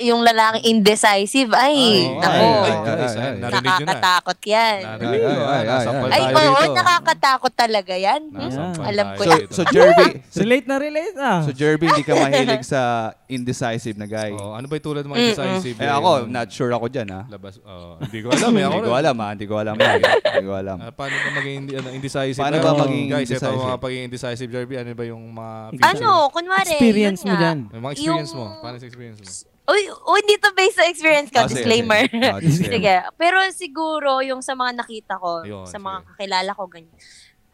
Speaker 5: Yung lalaking indecisive, [laughs] ay,
Speaker 2: Ay,
Speaker 5: nako.
Speaker 2: ay,
Speaker 3: guys,
Speaker 2: ay,
Speaker 3: ay,
Speaker 2: ay.
Speaker 3: narinig nyo na.
Speaker 5: Nakakatakot yan.
Speaker 2: Ay,
Speaker 3: Narinig nyo na.
Speaker 2: ay, ay, ay.
Speaker 3: Nasampal
Speaker 5: Ay,
Speaker 3: tayo
Speaker 5: oo,
Speaker 3: dito.
Speaker 5: nakakatakot talaga yan. Hmm?
Speaker 3: Nasampal
Speaker 5: Alam
Speaker 3: tayo
Speaker 5: ko
Speaker 2: So,
Speaker 5: yan.
Speaker 3: dito.
Speaker 2: so Jerby, so,
Speaker 4: Relate na relate ah.
Speaker 2: so Jerby, hindi ka mahilig sa indecisive na guy.
Speaker 3: Oo, ano ba yung tulad ng mga indecisive?
Speaker 2: Eh ako, not sure ako dyan ha.
Speaker 3: Labas. oo, hindi ko alam. eh, ako
Speaker 2: Hindi ko
Speaker 3: rin.
Speaker 2: alam ha, hindi ko alam. ha. Hindi ko
Speaker 3: [laughs]
Speaker 2: alam.
Speaker 3: Ah, paano ba maging indi- ano, indecisive?
Speaker 2: Paano
Speaker 3: Ano
Speaker 2: ba
Speaker 3: yung-
Speaker 2: maging
Speaker 3: guys, Guys, ito
Speaker 2: indecisive?
Speaker 3: mga pagiging indecisive, Jarby. Ano ba yung mga features?
Speaker 5: Ano, kunwari,
Speaker 4: Experience
Speaker 5: yun
Speaker 4: mo
Speaker 5: nga.
Speaker 4: dyan.
Speaker 3: Yung mga experience mo.
Speaker 5: Yung-
Speaker 3: Paano sa experience mo?
Speaker 5: Uy, uy, dito based sa experience
Speaker 2: Ah,
Speaker 5: ko,
Speaker 2: sige,
Speaker 5: disclaimer.
Speaker 2: sige.
Speaker 5: [laughs]
Speaker 2: Ah, disclaimer.
Speaker 5: Sige. Pero siguro, yung sa mga nakita ko,
Speaker 3: Ayun,
Speaker 5: sa mga
Speaker 3: sige.
Speaker 5: kakilala ko, ganyan.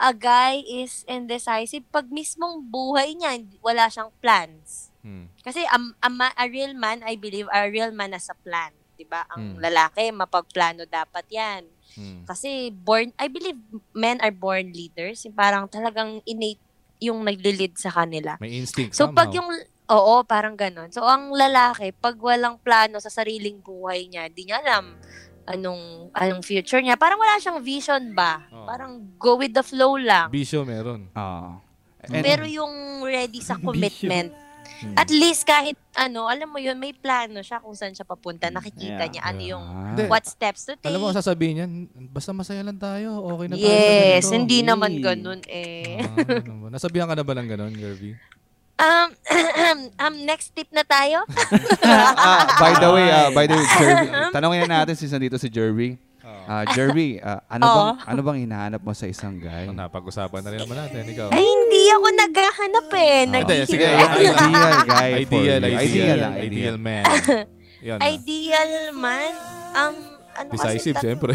Speaker 5: A guy is indecisive pag mismong buhay niya, hindi- wala siyang plans.
Speaker 3: Hmm.
Speaker 5: Kasi a, a, ma- a real man, I believe, a real man has a plan. 'Di ba
Speaker 3: Hmm.
Speaker 5: Ang lalaki, mapagplano dapat yan.
Speaker 3: Hmm.
Speaker 5: Kasi born, I believe men are born leaders. Yung Parang talagang innate yung naglilid sa kanila.
Speaker 3: May instinct
Speaker 5: So
Speaker 3: somehow.
Speaker 5: pag yung oo, parang ganun. So ang lalaki pag walang plano sa sariling buhay niya, di niya alam anong anong future niya. Parang wala siyang vision ba?
Speaker 3: Oo.
Speaker 5: Parang go with the flow lang.
Speaker 3: Bisyo meron.
Speaker 2: Ah.
Speaker 5: Pero yung ready
Speaker 3: [laughs]
Speaker 5: sa
Speaker 4: Vision.
Speaker 5: commitment.
Speaker 3: Hmm.
Speaker 5: At least kahit ano, alam mo yun, may plano siya kung saan siya papunta. Nakikita
Speaker 4: Yeah.
Speaker 5: niya ano yung
Speaker 2: Ah.
Speaker 3: Hmm. Hindi.
Speaker 5: what steps to take.
Speaker 3: Alam mo, sasabihin niyan, basta masaya lang tayo, okay na tayo. sa
Speaker 5: yes,
Speaker 3: ganito."
Speaker 5: hindi
Speaker 4: Mm.
Speaker 5: naman ganun eh.
Speaker 3: Ah, ano ba? nasabihan ka na ba ng ganun, Gerby? Ah.
Speaker 5: Um, [clears throat] um, next tip na
Speaker 3: [laughs]
Speaker 5: tayo.
Speaker 2: Ah, by the way, ah, by the way, Jerby, tanongin na natin since nandito si Jerby. Ah, Jerby, ah, ano
Speaker 3: Oh.
Speaker 2: bang ano bang hinahanap mo sa isang guy?
Speaker 3: Ang napag-usapan na rin naman natin, ikaw.
Speaker 5: Ay, hindi ako naghahanap eh.
Speaker 3: Ah, Hindi,
Speaker 5: Nag-
Speaker 3: sige.
Speaker 5: [laughs]
Speaker 2: Ideal guy for
Speaker 3: Ideal,
Speaker 2: you.
Speaker 3: ideal,
Speaker 2: Ideal,
Speaker 3: ideal,
Speaker 2: ah, ideal.
Speaker 3: [laughs] man. Yan. ah.
Speaker 5: Ideal man, ang ano kasi,
Speaker 3: Decisive,
Speaker 5: tat-
Speaker 3: siyempre.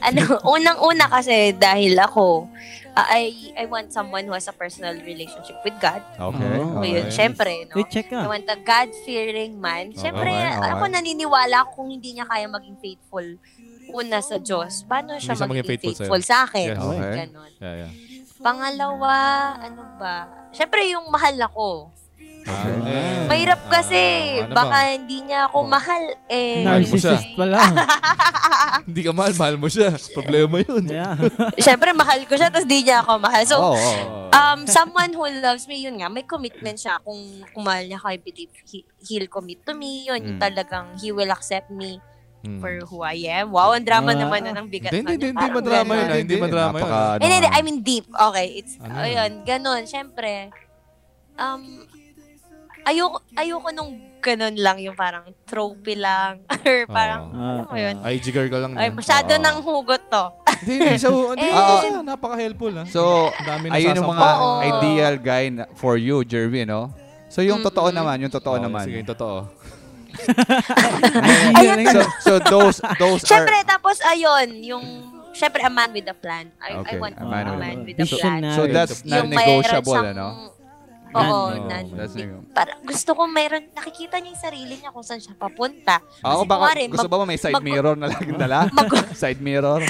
Speaker 5: ano, [laughs] unang-una kasi dahil ako, uh, I, I want someone who has a personal relationship with God.
Speaker 2: Okay.
Speaker 4: Oh.
Speaker 5: So,
Speaker 2: okay.
Speaker 5: yun, syempre, no?
Speaker 4: Wait, check
Speaker 5: I
Speaker 4: ah.
Speaker 5: want a God-fearing man. Syempre,
Speaker 2: Okay, okay.
Speaker 5: ako naniniwala ako kung hindi niya kaya maging faithful una sa Diyos, paano siya
Speaker 3: siya
Speaker 5: maging,
Speaker 3: maging
Speaker 5: faithful,
Speaker 3: faithful
Speaker 5: sa akin?
Speaker 3: Yes.
Speaker 2: Okay.
Speaker 5: Ganon.
Speaker 3: Yeah, yeah.
Speaker 5: Pangalawa, ano ba? Syempre, yung mahal ako.
Speaker 3: Ah, eh.
Speaker 5: Mahirap kasi,
Speaker 3: Ah, ano
Speaker 5: baka
Speaker 3: ba?
Speaker 5: hindi niya ako
Speaker 3: Oh.
Speaker 5: mahal eh.
Speaker 3: Mahal mo siya.
Speaker 4: Narcissist
Speaker 5: [laughs]
Speaker 4: pala.
Speaker 3: Hindi ka mahal, mahal mo siya. Problema yun.
Speaker 4: Yeah.
Speaker 5: Siyempre, mahal ko siya, tapos di niya ako mahal. So,
Speaker 2: Oo,
Speaker 3: Oh.
Speaker 2: oo, oo.
Speaker 5: um, someone who loves me, yun nga, may commitment siya. Kung, kung mahal niya ako, I believe he, he'll commit to me. Yun, yung
Speaker 2: Mm.
Speaker 5: talagang he will accept me
Speaker 3: Hmm.
Speaker 5: for who I am. Wow, ang drama
Speaker 4: Ah.
Speaker 5: naman nun, ang bigat
Speaker 3: Hindi,
Speaker 5: na
Speaker 3: hindi,
Speaker 5: niya.
Speaker 3: hindi,
Speaker 5: Parang
Speaker 3: madrama yun.
Speaker 5: ganun.
Speaker 3: ah, Hindi madrama yun.
Speaker 2: Napaka- ano,
Speaker 5: Hindi, hindi, I mean deep. Okay, it's,
Speaker 3: Ano?
Speaker 5: ayun, ganun. Siyempre, um,
Speaker 6: ayoko, ayoko nung ganun lang yung parang trophy
Speaker 5: [laughs]
Speaker 6: lang or parang,
Speaker 3: Oo.
Speaker 4: Ah.
Speaker 6: alam mo yun?
Speaker 3: Oh. Ay, jigger ka lang.
Speaker 2: Mm.
Speaker 6: Ay, masyado
Speaker 3: Oo.
Speaker 6: nang hugot to.
Speaker 3: Hindi, hindi
Speaker 2: [laughs]
Speaker 3: siya. Hindi,
Speaker 6: Eh,
Speaker 3: hindi siya. Napaka-helpful, ha?
Speaker 2: ah, So,
Speaker 3: Ang dami
Speaker 2: ayun yung mga
Speaker 3: nasasampa.
Speaker 6: Oo.
Speaker 2: ideal guy na- for you, Jervy, no? So, yung totoo naman, yung totoo
Speaker 3: Oo,
Speaker 2: naman.
Speaker 3: Oh, Sige, yung [laughs] totoo.
Speaker 4: Ayun,
Speaker 2: [laughs] So, so those those
Speaker 6: Siyempre,
Speaker 2: are
Speaker 6: tapos ayun, yung, siyempre, a man with a plan. I, I
Speaker 2: Okay,
Speaker 6: want
Speaker 2: a
Speaker 6: a
Speaker 2: man
Speaker 6: man,
Speaker 2: with a
Speaker 6: with a plan.
Speaker 4: Visionary.
Speaker 2: so that's
Speaker 6: Yung
Speaker 2: not
Speaker 6: mayroon
Speaker 2: negotiable,
Speaker 6: siyang-
Speaker 2: ano?
Speaker 6: Oo,
Speaker 3: No,
Speaker 6: nan.
Speaker 2: That's neg-
Speaker 6: Para, gusto ko mayroon, nakikita niya yung sarili niya kung saan siya papunta. Kasi
Speaker 2: Ako baka
Speaker 6: kunwari,
Speaker 2: gusto
Speaker 6: mag-
Speaker 2: ba may side
Speaker 6: mag-
Speaker 2: mirror na lang dala?
Speaker 6: Mag-
Speaker 2: side mirror.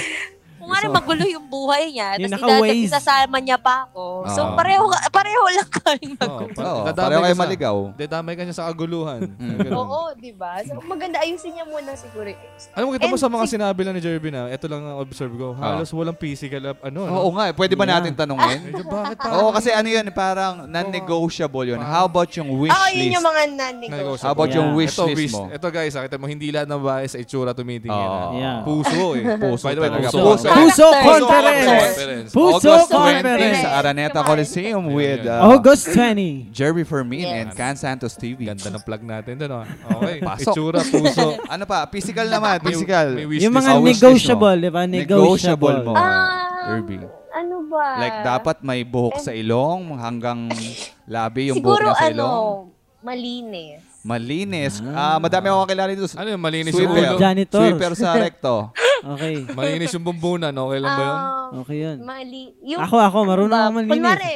Speaker 6: Kung nga magulo yung buhay niya,
Speaker 4: Yung
Speaker 6: tapos
Speaker 4: naka-Waze.
Speaker 6: idadagdag isasama niya pa ako. So,
Speaker 2: Oo.
Speaker 6: pareho, pareho lang kaming
Speaker 3: Oo,
Speaker 6: magulo.
Speaker 2: Oo,
Speaker 3: dadamay
Speaker 2: pareho
Speaker 3: ka
Speaker 2: kayo
Speaker 3: sa-
Speaker 2: maligaw. Mm.
Speaker 3: Dadamay ka niya sa kaguluhan. Ganun.
Speaker 5: Oo, di ba? So, maganda ayusin niya muna siguro.
Speaker 3: Ano mo kita mo
Speaker 5: And
Speaker 3: sa mga
Speaker 5: sig-
Speaker 3: sinabi lang ni Jervy na, ito lang ang observe ko, halos walang physical up, ano, no?
Speaker 2: Ah. Oo nga, eh, pwede ba natin tanungin?
Speaker 3: Medyo
Speaker 2: [laughs]
Speaker 3: bakit parang
Speaker 2: Oo, kasi ano yun, parang non-negotiable yun. How about yung wish
Speaker 6: Ah,
Speaker 5: Oo, yun yung
Speaker 2: list?
Speaker 5: mga non-negotiable.
Speaker 2: How about
Speaker 4: Yeah.
Speaker 2: yung wish
Speaker 3: Ito,
Speaker 2: list
Speaker 3: wish-
Speaker 2: mo?
Speaker 3: Ito guys, nakita mo, hindi lahat ng bahay sa itsura tumitingin.
Speaker 2: Oo.
Speaker 3: ah.
Speaker 4: Yeah.
Speaker 3: Puso eh.
Speaker 2: [laughs] Puso
Speaker 3: By the way,
Speaker 2: talaga.
Speaker 3: puso.
Speaker 2: Puso.
Speaker 4: Puso
Speaker 5: Character.
Speaker 4: Conference!
Speaker 3: Conference.
Speaker 4: Puso
Speaker 2: August 20
Speaker 4: Conference!
Speaker 2: sa Araneta
Speaker 5: Come on.
Speaker 2: Coliseum with uh,
Speaker 4: August 20.
Speaker 2: Jervy Fermin
Speaker 5: Yes.
Speaker 2: and Can Santos TV.
Speaker 3: Ganda ng plug natin doon. ah. Okay.
Speaker 2: Pasok.
Speaker 3: Itsura, puso.
Speaker 2: [laughs] ano pa? Physical naman.
Speaker 3: May-
Speaker 2: Physical.
Speaker 3: may wish
Speaker 4: Yung
Speaker 3: list
Speaker 4: mga
Speaker 2: Always wish
Speaker 4: negotiable, di ba?
Speaker 2: Negotiable
Speaker 4: Negotiable.
Speaker 2: mo,
Speaker 5: Ah,
Speaker 2: Jervy.
Speaker 5: Ano ba?
Speaker 2: Like, dapat may buhok sa ilong hanggang labi yung buhok
Speaker 5: Siguro
Speaker 2: niya sa
Speaker 5: ano,
Speaker 2: ilong.
Speaker 5: malinis.
Speaker 2: Malinis. Ah, madami akong kilala dito.
Speaker 3: Ano yung malinis yung
Speaker 2: Sweeper.
Speaker 3: ulo?
Speaker 4: Janitor.
Speaker 2: Sweeper sa
Speaker 5: [laughs]
Speaker 2: recto.
Speaker 4: Okay.
Speaker 3: Malinis yung bumbunan. Okay lang Ano ba yun?
Speaker 5: Ah,
Speaker 4: Okay yun.
Speaker 5: mali, yung, Ano
Speaker 4: Ako, ako, marunong
Speaker 5: ba,
Speaker 4: ako malinis.
Speaker 5: Kunwari,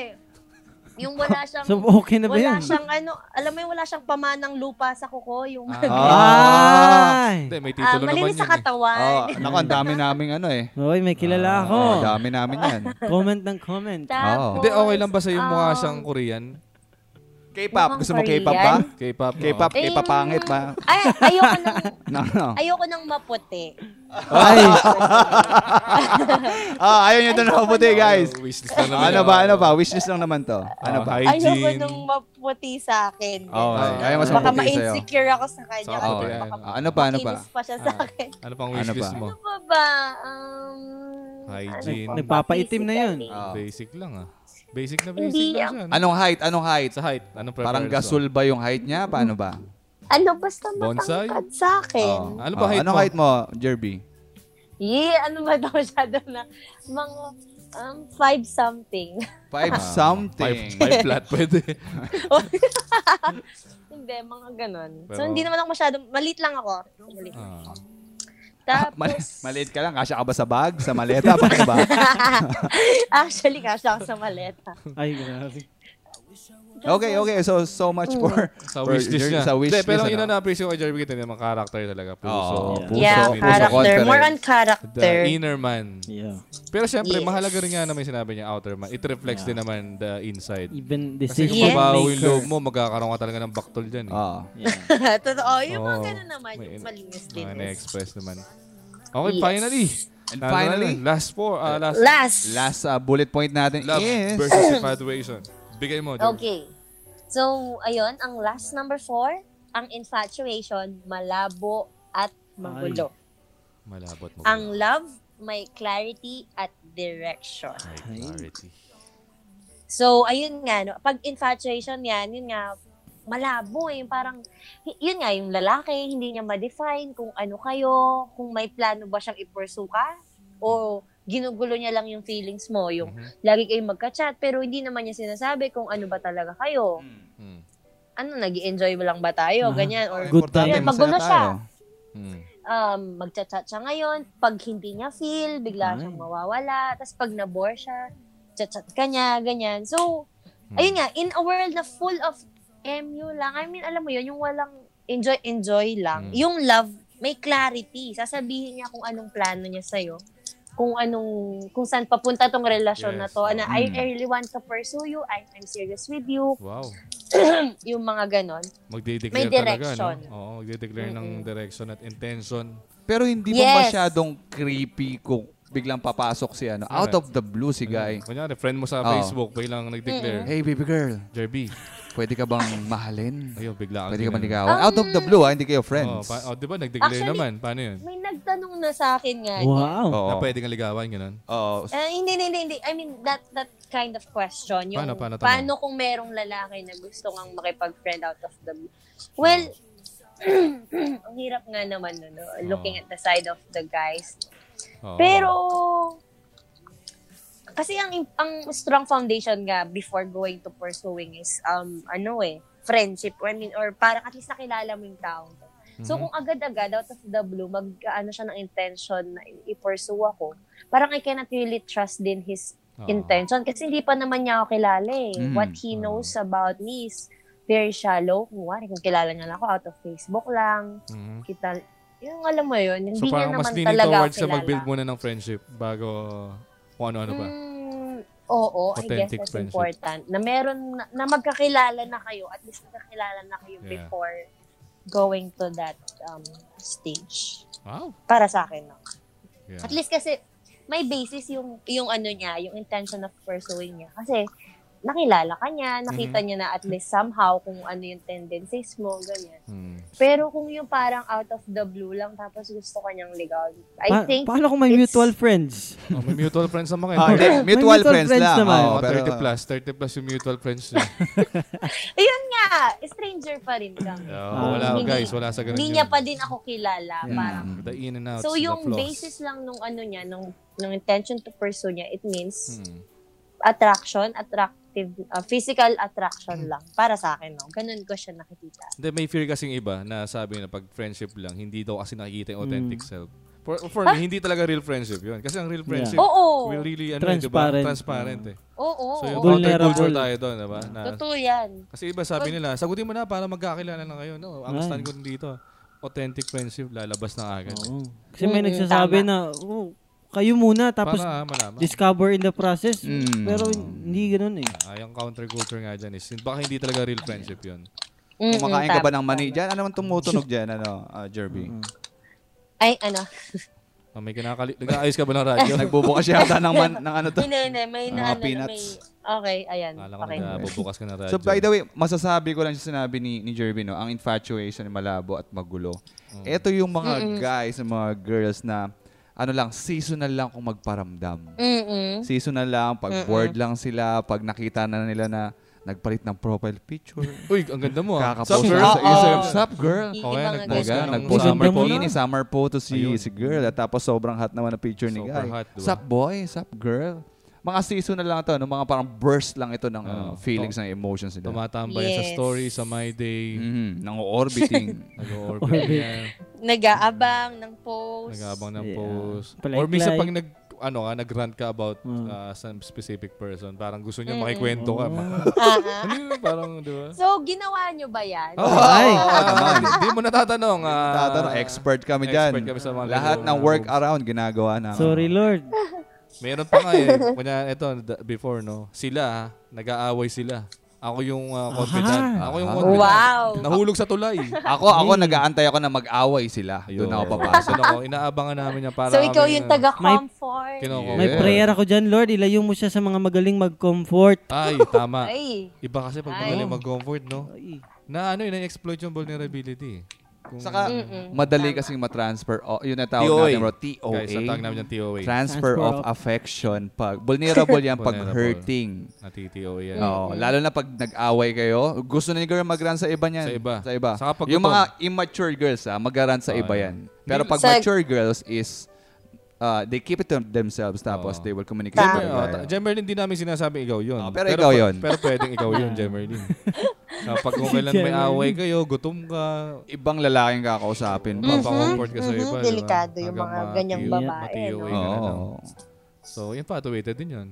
Speaker 5: yung
Speaker 4: [laughs]
Speaker 5: wala siyang,
Speaker 4: So, okay na ba
Speaker 5: wala
Speaker 4: yun?
Speaker 5: siyang ano, alam mo yung wala siyang pamanang lupa sa kuko, yung [laughs]
Speaker 2: Ah.
Speaker 4: Ay!
Speaker 3: Hindi, may
Speaker 5: Ah, Oh.
Speaker 3: titulo naman
Speaker 5: malinis
Speaker 3: yun.
Speaker 5: sa
Speaker 3: eh.
Speaker 2: Oh,
Speaker 5: [laughs] katawan.
Speaker 2: naku, ang dami namin ano eh.
Speaker 4: Hoy, may kilala ako.
Speaker 2: Ang dami namin yan.
Speaker 5: [laughs]
Speaker 4: Comment ng comment.
Speaker 5: Tapos,
Speaker 3: Hindi, okay lang ba sa yung mukha
Speaker 5: um,
Speaker 3: siyang Korean?
Speaker 2: K-pop.
Speaker 5: Mukhang
Speaker 2: Gusto mo K-pop ba?
Speaker 3: K-pop. Ah,
Speaker 2: K-pop,
Speaker 5: Eh,
Speaker 2: K-papangit ba?
Speaker 5: [laughs] Ay, ayoko nang,
Speaker 2: No, no.
Speaker 5: ayoko nang maputi.
Speaker 4: Ay!
Speaker 2: [laughs] Ah, ayaw nyo doon na mabuti, guys.
Speaker 3: Oh, wish list na naman.
Speaker 2: Ano ba, ano ba? Wishlist lang naman to. Ano
Speaker 3: Ah,
Speaker 2: ba?
Speaker 5: Ayoko
Speaker 3: Hygiene.
Speaker 5: nang maputi sa akin.
Speaker 2: Oh,
Speaker 3: ay,
Speaker 2: ayaw mas
Speaker 5: Baka
Speaker 2: maputi sa'yo.
Speaker 5: ma-insecure ako sa kanya.
Speaker 3: Sa
Speaker 5: kasi
Speaker 3: akin.
Speaker 5: baka
Speaker 2: Ah, ano pa, ano pa?
Speaker 5: makinis pa siya sa akin.
Speaker 3: Ano pang wish
Speaker 2: Ano
Speaker 3: list
Speaker 2: ba?
Speaker 3: mo?
Speaker 5: Ano pa ba? Um,
Speaker 3: Hygiene.
Speaker 5: ano pa?
Speaker 4: Nagpapaitim na yun.
Speaker 5: Basically,
Speaker 2: Ah.
Speaker 3: Basic lang ah. Basic na basic
Speaker 5: Hindi,
Speaker 3: lang
Speaker 5: ah.
Speaker 3: siya. no?
Speaker 2: Anong height? Anong height?
Speaker 3: Sa height, anong preference
Speaker 2: Parang
Speaker 3: mo?
Speaker 2: gasol ba yung height niya? Paano ba?
Speaker 5: Ano, basta
Speaker 3: Bonsai?
Speaker 5: matangkad sa akin.
Speaker 2: Oh.
Speaker 3: Ano ba height
Speaker 2: anong
Speaker 3: mo?
Speaker 2: height mo, Jerby?
Speaker 5: Yeah, ano ba ito masyado na? Mga um, five something. [laughs]
Speaker 2: Five
Speaker 3: Five,
Speaker 2: something.
Speaker 3: Ah, [laughs] five
Speaker 2: [laughs]
Speaker 3: flat pwede.
Speaker 5: hindi, mga ganun.
Speaker 3: Pero-
Speaker 5: so, hindi naman ako masyado, malit lang ako. Malit.
Speaker 3: Ah.
Speaker 5: Tapos,
Speaker 2: Mal-
Speaker 3: [laughs]
Speaker 2: maliit ka lang. Kasya ka ba sa bag? Sa maleta? Paano ba?
Speaker 5: [laughs] actually, kasha ako sa maleta.
Speaker 4: Ay, grabe.
Speaker 2: Okay, okay. So, so much for...
Speaker 3: [laughs]
Speaker 2: [laughs]
Speaker 3: Sa
Speaker 2: for
Speaker 3: wish list
Speaker 2: Jer-
Speaker 3: niya.
Speaker 2: Sa wish
Speaker 3: Hindi,
Speaker 2: list.
Speaker 3: pero
Speaker 2: ano?
Speaker 3: yun na na-appreciate ko kay Jeremy kita naman character talaga. Puso.
Speaker 2: Oo,
Speaker 4: Yeah.
Speaker 2: puso. puso
Speaker 5: yeah, character.
Speaker 2: conference.
Speaker 5: More on
Speaker 3: The
Speaker 5: character.
Speaker 3: inner man.
Speaker 4: Yeah.
Speaker 3: Pero syempre,
Speaker 5: Yes.
Speaker 3: mahalaga rin nga naman yung sinabi niya, outer man. It reflects din naman the inside.
Speaker 4: Even
Speaker 3: Kasi
Speaker 4: decision
Speaker 3: kung
Speaker 5: Yes.
Speaker 3: mabaho yung
Speaker 4: maker.
Speaker 3: loob mo, magkakaroon ka talaga ng baktol dyan. Eh.
Speaker 2: Ah.
Speaker 4: Yeah.
Speaker 5: [laughs] Totoo, yung mga
Speaker 3: Oo.
Speaker 5: ganun naman,
Speaker 3: Oh, May-
Speaker 5: yung
Speaker 3: Mga
Speaker 5: malinis-linis.
Speaker 3: na-express naman. Okay,
Speaker 5: Yes.
Speaker 3: finally.
Speaker 2: And
Speaker 3: Lalo na
Speaker 2: finally,
Speaker 3: lang, last four. ah, last,
Speaker 5: Last.
Speaker 2: last uh, bullet point natin
Speaker 3: Love
Speaker 2: is...
Speaker 3: versus
Speaker 2: [laughs]
Speaker 3: infatuation. Bigay mo, Jer.
Speaker 5: Okay. So, ayun, ang last number four, ang infatuation, malabo at magulo.
Speaker 3: Malabot mo.
Speaker 5: Ang love, may clarity at direction.
Speaker 3: Ay, clarity.
Speaker 5: So, ayun nga, no, pag infatuation yan, yun nga, malabo eh. Yung Parang, y- yun nga, yung lalaki, hindi niya ma-define kung ano kayo, kung may plano ba siyang i-pursue ka, o ginugulo niya lang yung feelings mo, yung
Speaker 3: Mhm.
Speaker 5: lagi kayong magka-chat, pero hindi naman niya sinasabi kung ano ba talaga kayo.
Speaker 3: Mm.
Speaker 5: Ano, nag enjoy mo lang ba tayo?
Speaker 4: Ah.
Speaker 5: Ganyan, or
Speaker 4: Good
Speaker 2: Importante,
Speaker 4: time.
Speaker 2: masaya
Speaker 5: Magulo siya.
Speaker 2: tayo.
Speaker 3: Mm.
Speaker 5: um, magchat-chat siya ngayon. Pag hindi niya feel,
Speaker 4: Ay.
Speaker 5: bigla siyang mawawala. Tapos pag na-bore siya, chat-chat ka niya, ganyan. So,
Speaker 4: Hmm.
Speaker 5: ayun nga, in a world na full of MU lang, I mean, alam mo yun, yung walang enjoy-enjoy
Speaker 4: Hmm.
Speaker 5: lang.
Speaker 3: Mm.
Speaker 5: Yung love, may clarity. Sasabihin niya kung anong plano niya sa'yo kung anong kung saan papunta tong relasyon na
Speaker 3: Yes.
Speaker 5: to na
Speaker 4: Hmm.
Speaker 5: I,
Speaker 2: Mm.
Speaker 5: I really want to pursue you I, I'm serious with you
Speaker 3: Wow.
Speaker 5: yung mga ganon
Speaker 3: Magde-declare
Speaker 5: May
Speaker 3: talaga, no?
Speaker 5: direction.
Speaker 3: Oo, magde-declare ng direction at intention.
Speaker 2: Pero hindi mo
Speaker 5: Yes.
Speaker 2: masyadong creepy kung biglang papasok si ano. Out of the blue si guy.
Speaker 3: Kunyari, friend mo sa
Speaker 2: Oo.
Speaker 3: Facebook, biglang nag-declare.
Speaker 2: Hey, baby girl.
Speaker 3: Jerby,
Speaker 2: Pwede ka bang mahalin?
Speaker 3: ayun, bigla
Speaker 2: Pwede ka bang
Speaker 3: ganun.
Speaker 4: Um,
Speaker 2: ligawan? Out of the blue, ah, hindi kayo
Speaker 3: Oo,
Speaker 2: friends.
Speaker 3: pa- oh, di ba, nag-declare
Speaker 5: Actually,
Speaker 3: naman. Paano yun?
Speaker 5: may nag nagtanong na sa akin nga.
Speaker 4: Wow.
Speaker 3: Na
Speaker 2: Oo.
Speaker 3: pwede kang ligawan, ganun.
Speaker 2: Oo.
Speaker 5: Eh, hindi, hindi, hindi. I mean, that that kind of question. Yung,
Speaker 3: Paano, paano, tanong?
Speaker 5: kung merong lalaki na gusto kang makipag-friend out of the blue? Well, [clears throat] ang hirap nga naman, no, no?
Speaker 3: Oh.
Speaker 5: looking at the side of the guys.
Speaker 3: Oo.
Speaker 5: Pero, kasi ang ang strong foundation nga before going to pursuing is, um ano eh, friendship. I mean, or parang at least nakilala mo yung taong to.
Speaker 3: Mm-hmm.
Speaker 5: So, kung agad-agad, out of the blue, mag, ano siya ng intention na i- i-pursue ako, parang I cannot really trust din his
Speaker 3: Oo.
Speaker 5: intention kasi hindi pa naman niya ako kilala eh.
Speaker 2: Mm,
Speaker 5: What he knows about me is very shallow. Kung wari, kung kilala niya lang ako, out of Facebook lang,
Speaker 3: Mhm.
Speaker 5: kita, yung alam mo yun, yung
Speaker 3: So
Speaker 5: hindi niya
Speaker 3: parang mas
Speaker 5: naman
Speaker 3: leaning
Speaker 5: talaga
Speaker 3: towards
Speaker 5: ako
Speaker 3: sa mag-build
Speaker 5: kilala.
Speaker 3: muna ng friendship bago kung ano-ano pa.
Speaker 5: Mm, oo, I
Speaker 3: Ano
Speaker 5: guess
Speaker 3: Authentic
Speaker 5: that's
Speaker 3: friendship.
Speaker 5: important. Na meron, na, na magkakilala na kayo, at least magkakilala na kayo
Speaker 3: Yeah.
Speaker 5: before going to that um, stage.
Speaker 3: Wow.
Speaker 5: Para sa akin, no?
Speaker 3: Yeah.
Speaker 5: At least kasi, may basis yung, yung ano niya, yung intention of pursuing niya. Kasi, nakilala ka niya, nakita niya na at least somehow kung ano yung tendencies mo, ganyan.
Speaker 3: Mm.
Speaker 5: Pero kung yung parang out of the blue lang, tapos gusto ka niyang ligaw, I
Speaker 4: Pa-
Speaker 5: think,
Speaker 4: paano kung may
Speaker 5: it's-
Speaker 4: mutual friends?
Speaker 3: Oh, may mutual friends naman kayo.
Speaker 2: Ah, hindi.
Speaker 4: May
Speaker 2: mutual,
Speaker 4: mutual
Speaker 2: friends,
Speaker 4: friends
Speaker 2: lang.
Speaker 4: naman.
Speaker 2: Oo, pero,
Speaker 3: Mga
Speaker 2: ah,
Speaker 3: 30 plus. 30 plus yung mutual friends
Speaker 2: [laughs]
Speaker 3: niya.
Speaker 5: ayun nga, stranger pa rin kami.
Speaker 2: Ah.
Speaker 3: Yeah, wala,
Speaker 5: Hindi-
Speaker 3: guys. Wala sa ganun
Speaker 5: Hindi
Speaker 3: yun.
Speaker 5: niya pa din ako kilala.
Speaker 2: Mm.
Speaker 5: Parang.
Speaker 3: The in and out.
Speaker 5: So, yung
Speaker 3: the flaws.
Speaker 5: basis lang nung ano niya, nung, nung intention to pursue niya, it means
Speaker 3: Mm.
Speaker 5: attraction, attractive, uh, physical
Speaker 2: Hmm.
Speaker 5: attraction lang. Para sa akin, no? Ganun ko siya nakikita.
Speaker 3: Hindi, may fear kasing iba na sabi na pag friendship lang, hindi daw kasi nakikita yung
Speaker 5: Mm.
Speaker 3: authentic self. For, for me, hindi talaga real friendship yun. Kasi ang real friendship,
Speaker 5: Ah! Oo!
Speaker 3: will really, ano,
Speaker 4: Transparent.
Speaker 3: Transparent. transparent eh.
Speaker 5: Oo,
Speaker 3: So, yung
Speaker 5: oo.
Speaker 3: counter
Speaker 4: Vulnerable.
Speaker 3: culture tayo doon, diba? Na,
Speaker 5: Totoo yan.
Speaker 3: kasi iba sabi nila, sagutin mo na para magkakilala na kayo. No, ang
Speaker 4: Ay.
Speaker 3: stand ko dito, authentic friendship, lalabas na agad.
Speaker 4: Oo. Kasi may nagsasabi na, oh, kayo muna, tapos
Speaker 3: Para ah, malaman.
Speaker 4: discover in the process.
Speaker 2: Mm.
Speaker 4: Pero hindi ganun eh.
Speaker 3: Ah, yung counter culture nga dyan is, baka hindi talaga real friendship yun.
Speaker 5: Mm-mm,
Speaker 2: kumakain ka ba ng
Speaker 5: tama,
Speaker 2: mani
Speaker 5: tama.
Speaker 2: dyan? Ano man tumutunog dyan, ano, ah, Jerby?
Speaker 5: Ay,
Speaker 2: [laughs]
Speaker 5: ano?
Speaker 3: Ah, may kinakali... Nag-aayos ka ba ng radyo?
Speaker 2: Nagbubukas yata ng, man, ng
Speaker 4: [laughs]
Speaker 2: ano to.
Speaker 5: Hindi, hindi. May
Speaker 2: Mga
Speaker 5: na, ano, na, may...
Speaker 2: peanuts.
Speaker 5: Okay, ayan.
Speaker 3: Akala ko
Speaker 5: Okay.
Speaker 3: nagbubukas ka ng radyo.
Speaker 2: So by the way, masasabi ko lang yung sinabi ni, ni Jerby, no? ang infatuation malabo at magulo.
Speaker 3: Mm.
Speaker 2: Ito yung mga guys, yung mga girls na ano lang, seasonal lang kung magparamdam.
Speaker 5: Mm-mm.
Speaker 2: Seasonal lang, pag bored lang sila, pag nakita na nila na nagpalit ng profile picture,
Speaker 3: Uy, ang ganda mo ah.
Speaker 2: kakapost
Speaker 3: Sup,
Speaker 2: na
Speaker 3: girl?
Speaker 2: sa
Speaker 3: uh,
Speaker 2: Instagram, sup girl?
Speaker 5: Yung
Speaker 3: Okay,
Speaker 5: mga
Speaker 3: nag-post ka
Speaker 2: Talaga,
Speaker 3: ng
Speaker 2: nagpo
Speaker 4: Ang
Speaker 2: summer
Speaker 4: ganda mo
Speaker 2: bikini, summer photo si, si girl. At tapos sobrang hot naman na picture ni
Speaker 3: Super
Speaker 2: guy.
Speaker 3: hot, diba?
Speaker 2: Sup boy, sup girl. Mga seasonal lang ito, no? mga parang burst lang ito ng
Speaker 3: Oh,
Speaker 2: ano, feelings ng emotions nila.
Speaker 3: Tumatambay sa
Speaker 5: Yes.
Speaker 3: story, sa my day.
Speaker 2: Mhm, nang
Speaker 3: [laughs]
Speaker 2: orbiting.
Speaker 3: Nag-orbit yan.
Speaker 5: Nag-aabang ng post.
Speaker 3: Nag-aabang ng
Speaker 4: Yeah.
Speaker 3: post.
Speaker 4: Polite
Speaker 3: Or minsan
Speaker 4: like.
Speaker 3: pag nag ano ka, nag-rant ka about
Speaker 4: Hmm.
Speaker 3: uh, some specific person. Parang gusto niya makikwento ka.
Speaker 5: Mm. Ah, ah.
Speaker 3: ano yun? Parang, di ba?
Speaker 5: So, ah. ginawa nyo ba yan?
Speaker 3: Oh,
Speaker 2: [laughs]
Speaker 4: Ay!
Speaker 3: Hindi mo natatanong. ah,
Speaker 2: Tatanong, expert kami dyan.
Speaker 3: expert kami sa mga
Speaker 2: Lahat
Speaker 3: ganun.
Speaker 2: ng work around ginagawa na.
Speaker 4: Sorry, Lord.
Speaker 3: Meron pa nga eh. Kunya, ito, the- before, no? Sila, ah. nag-aaway sila. Ako yung uh, confident. Ako yung confident.
Speaker 5: Wow.
Speaker 3: Nahulog sa tulay.
Speaker 2: Ako, ako, nag-aantay ako na mag-away sila. Doon ako papasok.
Speaker 3: [laughs] Doon ako. Inaabangan namin yan para
Speaker 5: so, ikaw
Speaker 3: kami,
Speaker 5: yung
Speaker 3: ano,
Speaker 5: taga-comfort.
Speaker 3: kinoko-
Speaker 4: May prayer ako dyan, Lord. Ilayo mo siya sa mga magaling mag-comfort.
Speaker 3: Ay, tama.
Speaker 5: Ay.
Speaker 3: Iba kasi pag magaling mag-comfort, no?
Speaker 5: [laughs]
Speaker 4: Ay.
Speaker 3: Na ano, na-exploit yung vulnerability. eh. Kung,
Speaker 2: Saka, madali kasing matransfer. O, yun na tawag
Speaker 3: TOA.
Speaker 2: natin, bro. TOA.
Speaker 3: Guys, ang tawag namin yung TOA.
Speaker 2: Transfer
Speaker 4: Transfer
Speaker 2: of
Speaker 4: of-
Speaker 2: affection. Pag, vulnerable yan pag
Speaker 3: Vulnerable.
Speaker 2: hurting.
Speaker 3: Natitioa yan.
Speaker 2: Oo, lalo na pag nag-away kayo, gusto na ni girl mag sa iba niyan.
Speaker 3: Sa iba.
Speaker 2: Sa iba.
Speaker 3: Saka pag
Speaker 2: yung
Speaker 3: gutom.
Speaker 2: mga immature girls, ah, mag sa iba yan. Pero pag
Speaker 5: Sa-
Speaker 2: mature girls is, ah, they keep it to themselves tapos they will communicate.
Speaker 5: Tama.
Speaker 2: with
Speaker 3: Oh,
Speaker 2: the
Speaker 3: ta-
Speaker 2: guy.
Speaker 3: Jemerlin, di namin sinasabing ikaw yun.
Speaker 2: Oh, pero ikaw
Speaker 3: pa-
Speaker 2: yun.
Speaker 3: Pero pwedeng ikaw yun, Ah, Jemerlin.
Speaker 5: [laughs]
Speaker 3: Kapag kung kailan may
Speaker 4: Jemerlin.
Speaker 3: away kayo, gutom ka,
Speaker 2: Ibang lalaking kakausapin.
Speaker 3: Mm.
Speaker 2: mo.
Speaker 3: mapapag-comfort ka sa
Speaker 5: mhm,
Speaker 3: iba. di ba?
Speaker 5: delikado yung
Speaker 3: Hanggang
Speaker 5: mga
Speaker 3: ma-
Speaker 5: ganyang
Speaker 3: i-
Speaker 5: babae,
Speaker 3: ma-TOA
Speaker 5: no?
Speaker 3: ka na lang.
Speaker 2: Oo.
Speaker 3: So, infatuated din yun.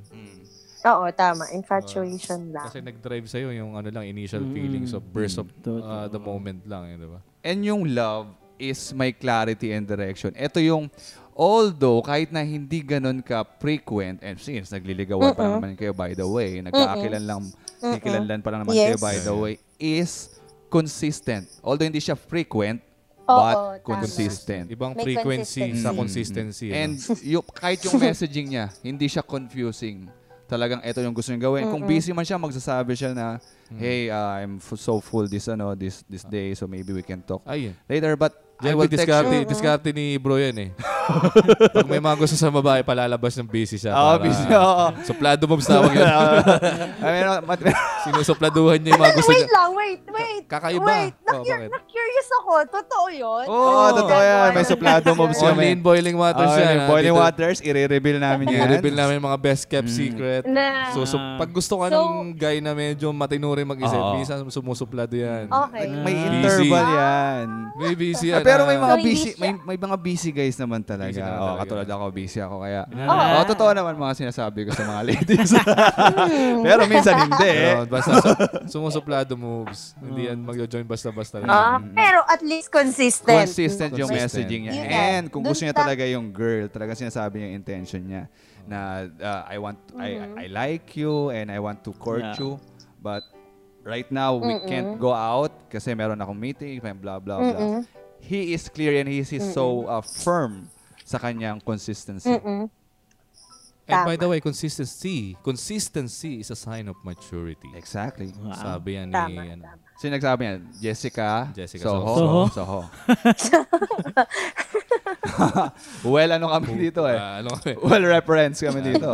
Speaker 5: Oo, tama. Infatuation
Speaker 3: Ah,
Speaker 5: lang. Mm-hmm.
Speaker 3: Kasi nag-drive sa'yo yung ano lang, initial feelings of burst of uh, the moment lang. Yun, di ba?
Speaker 2: And yung love is may clarity and direction. Ito yung, although kahit na hindi ganun ka frequent, and since nagliligawan pa naman kayo by the way, nagkakakilan lang, kikilanlan pa lang naman kayo
Speaker 5: Yes.
Speaker 2: by the way, is consistent. Although hindi siya frequent,
Speaker 5: Oo,
Speaker 2: but
Speaker 5: tama.
Speaker 2: consistent. Mm.
Speaker 3: Ibang
Speaker 5: May
Speaker 3: frequency
Speaker 5: consistency.
Speaker 3: sa consistency. ano?
Speaker 2: And yung, kahit
Speaker 3: [laughs]
Speaker 2: yung messaging niya, hindi siya confusing. Talagang ito yung gusto niyang gawin. Kung busy man siya, magsasabi siya na,
Speaker 3: Mm.
Speaker 2: hey, uh, I'm f- so full this ano this this day, so maybe we can talk
Speaker 3: Ayun.
Speaker 2: later. But I
Speaker 3: Diyan
Speaker 2: will text
Speaker 3: discarte,
Speaker 2: [laughs] you.
Speaker 3: discarte ni bro yan eh. Pag may mga gusto sa babae, palalabas ng busy siya.
Speaker 2: Oo,
Speaker 3: para-
Speaker 2: Ah, busy, oo. [laughs] Ah.
Speaker 3: Suplado mobs tawag yun.
Speaker 2: I mean, uh, mat-
Speaker 3: Sinusupladuhan niya yung mga
Speaker 5: Ano,
Speaker 3: gusto niya.
Speaker 5: wait lang, wait, wait.
Speaker 3: Kakaiba.
Speaker 5: Wait,
Speaker 3: Oh,
Speaker 5: na-cur-
Speaker 3: bakit?
Speaker 5: na-curious ako. Totoo yun?
Speaker 2: Oo, totoo yan. May suplado
Speaker 5: [laughs]
Speaker 2: mobs
Speaker 5: yun.
Speaker 2: yun.
Speaker 3: Only in boiling waters
Speaker 2: Okay,
Speaker 3: yan. ah.
Speaker 2: boiling Hmm.
Speaker 3: Dito-
Speaker 2: waters, i-reveal namin yan.
Speaker 3: I-reveal namin yung mga best kept secret.
Speaker 5: Na-
Speaker 3: So, so, pag gusto ka ng guy na medyo matino rin mag-isip,
Speaker 1: Oo.
Speaker 3: minsan sumusuplado yan.
Speaker 5: Okay.
Speaker 2: Like, may
Speaker 4: Ah.
Speaker 2: interval
Speaker 5: Busy.
Speaker 2: yan.
Speaker 3: May busy
Speaker 2: Ah,
Speaker 3: yan.
Speaker 2: pero may
Speaker 3: ah.
Speaker 2: mga
Speaker 5: [laughs] So, hindi
Speaker 2: busy,
Speaker 5: siya-
Speaker 2: may, may mga busy guys naman talaga.
Speaker 3: Busy naman
Speaker 2: Oo,
Speaker 3: talaga.
Speaker 2: katulad ako, busy ako kaya. Oo,
Speaker 4: Ah.
Speaker 2: totoo naman mga sinasabi ko sa mga ladies. [laughs] pero minsan hindi. eh. Hmm.
Speaker 3: Pero basta sumusuplado moves. Hindi yan magjo-join basta-basta. rin.
Speaker 5: Ah, pero at least consistent.
Speaker 2: Consistent yung
Speaker 3: Consistent.
Speaker 2: messaging niya.
Speaker 5: Yun na.
Speaker 2: And kung gusto
Speaker 5: Dun
Speaker 2: niya
Speaker 5: ta-
Speaker 2: talaga yung girl, talaga sinasabi niya yung intention niya na uh, I want I I like you and I want to court
Speaker 4: Yeah.
Speaker 2: you but right now we can't go out kasi meron akong meeting, may blah blah blah. He is clear and he is so uh, firm sa kanyang consistency.
Speaker 3: And by
Speaker 5: Tama.
Speaker 3: the way, consistency. Consistency is a sign of maturity.
Speaker 2: Exactly.
Speaker 3: Sabi yan ni
Speaker 5: Tama,
Speaker 3: ano,
Speaker 2: Sino nagsabi niya? Jessica,
Speaker 3: Jessica
Speaker 2: Soho.
Speaker 4: Soho.
Speaker 2: Soho. well, ano kami dito eh?
Speaker 3: ah, ano kami,
Speaker 2: Well, reference kami
Speaker 3: [laughs]
Speaker 2: dito.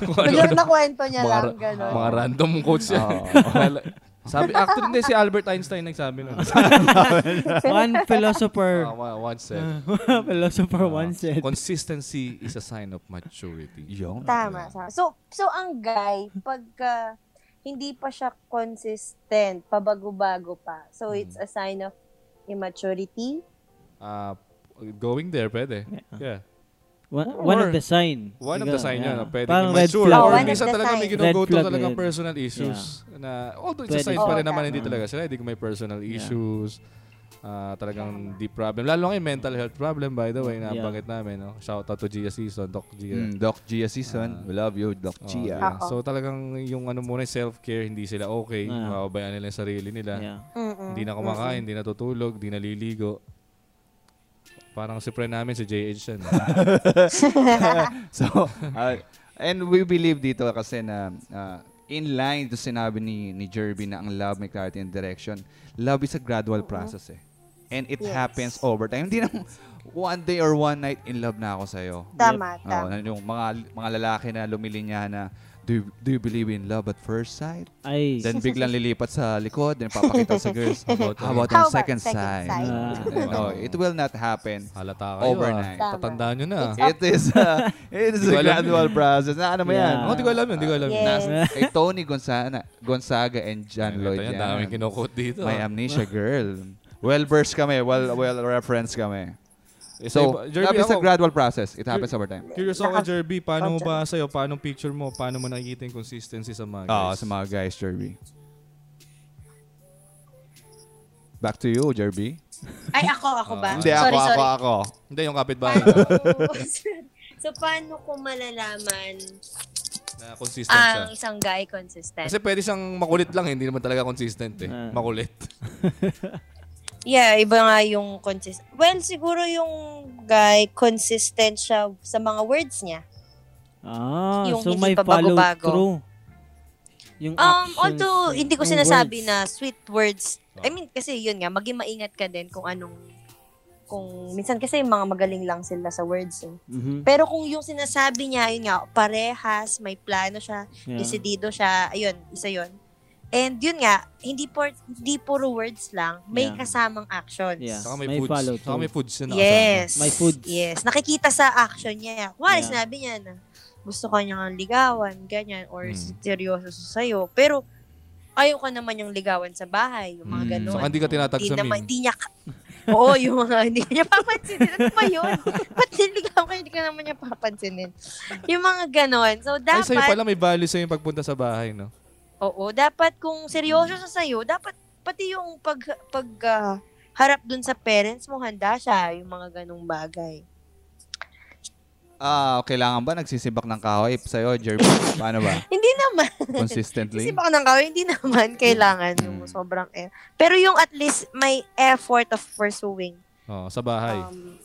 Speaker 5: Biglang nakwento niya
Speaker 3: Ano, mga,
Speaker 5: lang, gano'n.
Speaker 3: mga random quotes yan.
Speaker 2: Oo.
Speaker 3: [laughs] Wala- sabi, actually, hindi, si Albert Einstein nagsabi [laughs] nun.
Speaker 4: One philosopher.
Speaker 3: Ah, one- one set.
Speaker 4: [laughs] philosopher one said.
Speaker 3: Consistency is a sign of maturity.
Speaker 2: Yung.
Speaker 5: Tama, tama. So, so ang guy, pagka hindi pa siya consistent, pabago-bago pa. So, it's a sign of immaturity.
Speaker 3: Ah, going there, pwede. Yeah.
Speaker 4: One, one of the sign.
Speaker 3: One of the sign yun.
Speaker 4: Yeah.
Speaker 3: Pwede
Speaker 4: Parang red
Speaker 3: immature.
Speaker 4: flag.
Speaker 5: Oh,
Speaker 3: or
Speaker 5: one of
Speaker 3: minsan
Speaker 5: the
Speaker 3: talaga may
Speaker 5: sign.
Speaker 3: ginugo
Speaker 4: Red
Speaker 3: to
Speaker 4: flag
Speaker 3: talagang
Speaker 4: yun.
Speaker 3: personal issues. Na, although it's a
Speaker 4: Pwede. Oh,
Speaker 3: sign pa
Speaker 5: Oo,
Speaker 3: rin naman,
Speaker 5: tama.
Speaker 3: hindi talaga sila. Hindi ko may personal issues. Ah, talagang deep problem. Lalo ngayon, mental health problem, by the way, na
Speaker 4: Yeah.
Speaker 3: banggit namin. No? Shout out to Gia Season, Doc Gia.
Speaker 2: Mm, Doc Gia season. We love you, Doc
Speaker 3: Ah.
Speaker 2: ah.
Speaker 3: Oh,
Speaker 2: Gia.
Speaker 3: yeah. So talagang yung ano muna, self-care, hindi sila okay.
Speaker 4: Ah.
Speaker 3: Mababayaan nila yung sarili nila.
Speaker 4: Yeah.
Speaker 5: Mm-mm.
Speaker 3: Hindi na kumakain, hindi natutulog, hindi naliligo. Parang si friend namin, si JH
Speaker 4: [laughs]
Speaker 3: yan.
Speaker 2: [laughs] So, uh, and we believe dito kasi na uh, in line to sinabi ni, ni Jerby na ang love may clarity and direction. Love is a gradual process eh. And it
Speaker 5: Yes.
Speaker 2: happens over time. Hindi na one day or one night in love na ako sa'yo. Oh,
Speaker 5: Tama, tama.
Speaker 2: yung mga, mga lalaki na lumilinya na do you, do you believe in love at first sight?
Speaker 4: Ay.
Speaker 5: [laughs]
Speaker 2: Then biglang lilipat sa likod, then papakita sa girls. How about, how about
Speaker 5: How
Speaker 2: on
Speaker 5: about
Speaker 2: second,
Speaker 5: second
Speaker 2: side?
Speaker 5: side?
Speaker 2: Ah. no, it will not
Speaker 3: [laughs]
Speaker 2: happen.
Speaker 3: Halata kayo.
Speaker 2: Overnight.
Speaker 3: Ah. Tatandaan nyo na. ah.
Speaker 2: It is a, it is a
Speaker 3: Hindi ko alam.
Speaker 2: gradual process. Na ano mo yan?
Speaker 4: Yeah.
Speaker 3: Ako, di ko alam yun. Di ko alam yun.
Speaker 5: Yes.
Speaker 2: Nas- kay Tony Gonzaga, Gonzaga and John
Speaker 3: Ito
Speaker 2: Lloyd
Speaker 3: yan,
Speaker 2: yan.
Speaker 3: daming kinukot dito. ah.
Speaker 2: My amnesia girl. Well-versed kami. Well, well-referenced kami. So, love is a gradual process. It happens over time.
Speaker 3: Curious ako, Jerby, paano mo ba sa'yo? Paano picture mo? Paano mo nakikita yung consistency sa mga
Speaker 2: Oo,
Speaker 3: guys?
Speaker 2: Ah, sa mga guys, Jerby. Back to you, Jerby.
Speaker 5: Ay, ako, ako ba?
Speaker 2: Hindi, ako,
Speaker 5: sorry,
Speaker 2: ako,
Speaker 5: sorry.
Speaker 2: ako.
Speaker 3: Hindi, yung kapitbahay
Speaker 5: Paano,
Speaker 3: ko
Speaker 5: so, paano ko malalaman
Speaker 3: na consistent siya.
Speaker 5: ang isang guy consistent?
Speaker 3: Kasi pwede siyang makulit lang, eh. hindi naman talaga consistent eh.
Speaker 4: Ah.
Speaker 3: Makulit.
Speaker 5: Yeah, iba nga yung consistent. Well, siguro yung guy consistent siya sa mga words niya.
Speaker 4: [laughs] Ah,
Speaker 5: Yung
Speaker 4: so may
Speaker 5: hindi pa
Speaker 4: follow
Speaker 5: bago-bago.
Speaker 4: through. Yung
Speaker 5: Um,
Speaker 4: actions,
Speaker 5: although hindi ko
Speaker 4: Hmm. yung
Speaker 5: sinasabi
Speaker 4: words.
Speaker 5: na sweet words. I mean, kasi yun nga, maging maingat ka din kung anong kung minsan kasi yung mga magaling lang sila sa words. eh.
Speaker 4: Mhm.
Speaker 5: Pero kung yung sinasabi niya, yun nga, parehas, may plano siya,
Speaker 4: Yeah.
Speaker 5: decidido siya, ayun, isa yun. And yun nga, hindi por hindi puro words lang, may
Speaker 4: Yeah.
Speaker 5: kasamang actions.
Speaker 4: Yeah.
Speaker 3: Saka may,
Speaker 4: May
Speaker 3: foods.
Speaker 4: follow
Speaker 3: Saka
Speaker 4: through.
Speaker 3: may foods na nakasama.
Speaker 5: Yes.
Speaker 4: May foods.
Speaker 5: Yes. Nakikita sa action niya. Kumari,
Speaker 4: Yeah.
Speaker 5: sinabi niya na gusto ka niyang ligawan, ganyan, or
Speaker 4: Hmm.
Speaker 3: Mm.
Speaker 5: seryoso sa sa'yo. Pero, ayaw ka naman yung ligawan sa bahay, yung mga
Speaker 4: Hmm.
Speaker 2: Mm.
Speaker 5: ganun.
Speaker 3: Saka hindi ka tinatag
Speaker 5: Hindi
Speaker 3: sa
Speaker 5: naman,
Speaker 3: meme.
Speaker 5: hindi niya ka- Oo, yung mga hindi niya papansinin. Ano ba
Speaker 4: [laughs]
Speaker 5: yun? Ba't niligawan ka, hindi ka naman niya papansinin? Yung mga ganun. So,
Speaker 3: Ay, sa'yo
Speaker 5: dapat,
Speaker 3: pala may value sa'yo yung pagpunta sa bahay, no?
Speaker 5: oo, dapat kung
Speaker 3: Mm.
Speaker 5: seryoso sa sa'yo, dapat, pati yung pag, pag, ah, harap dun sa parents mo, handa siya, yung mga ganung bagay.
Speaker 2: Ah, kailangan ba nagsisibak ng kahoy sa'yo, Jerby? Paano
Speaker 5: [laughs]
Speaker 2: ba?
Speaker 5: Hindi naman.
Speaker 2: Consistently?
Speaker 5: Kasi baka ng kahoy, hindi
Speaker 3: Mm.
Speaker 5: naman kailangan yung sobrang e, effort. Pero yung at least may effort of pursuing.
Speaker 3: Oh, sa bahay.
Speaker 5: Um,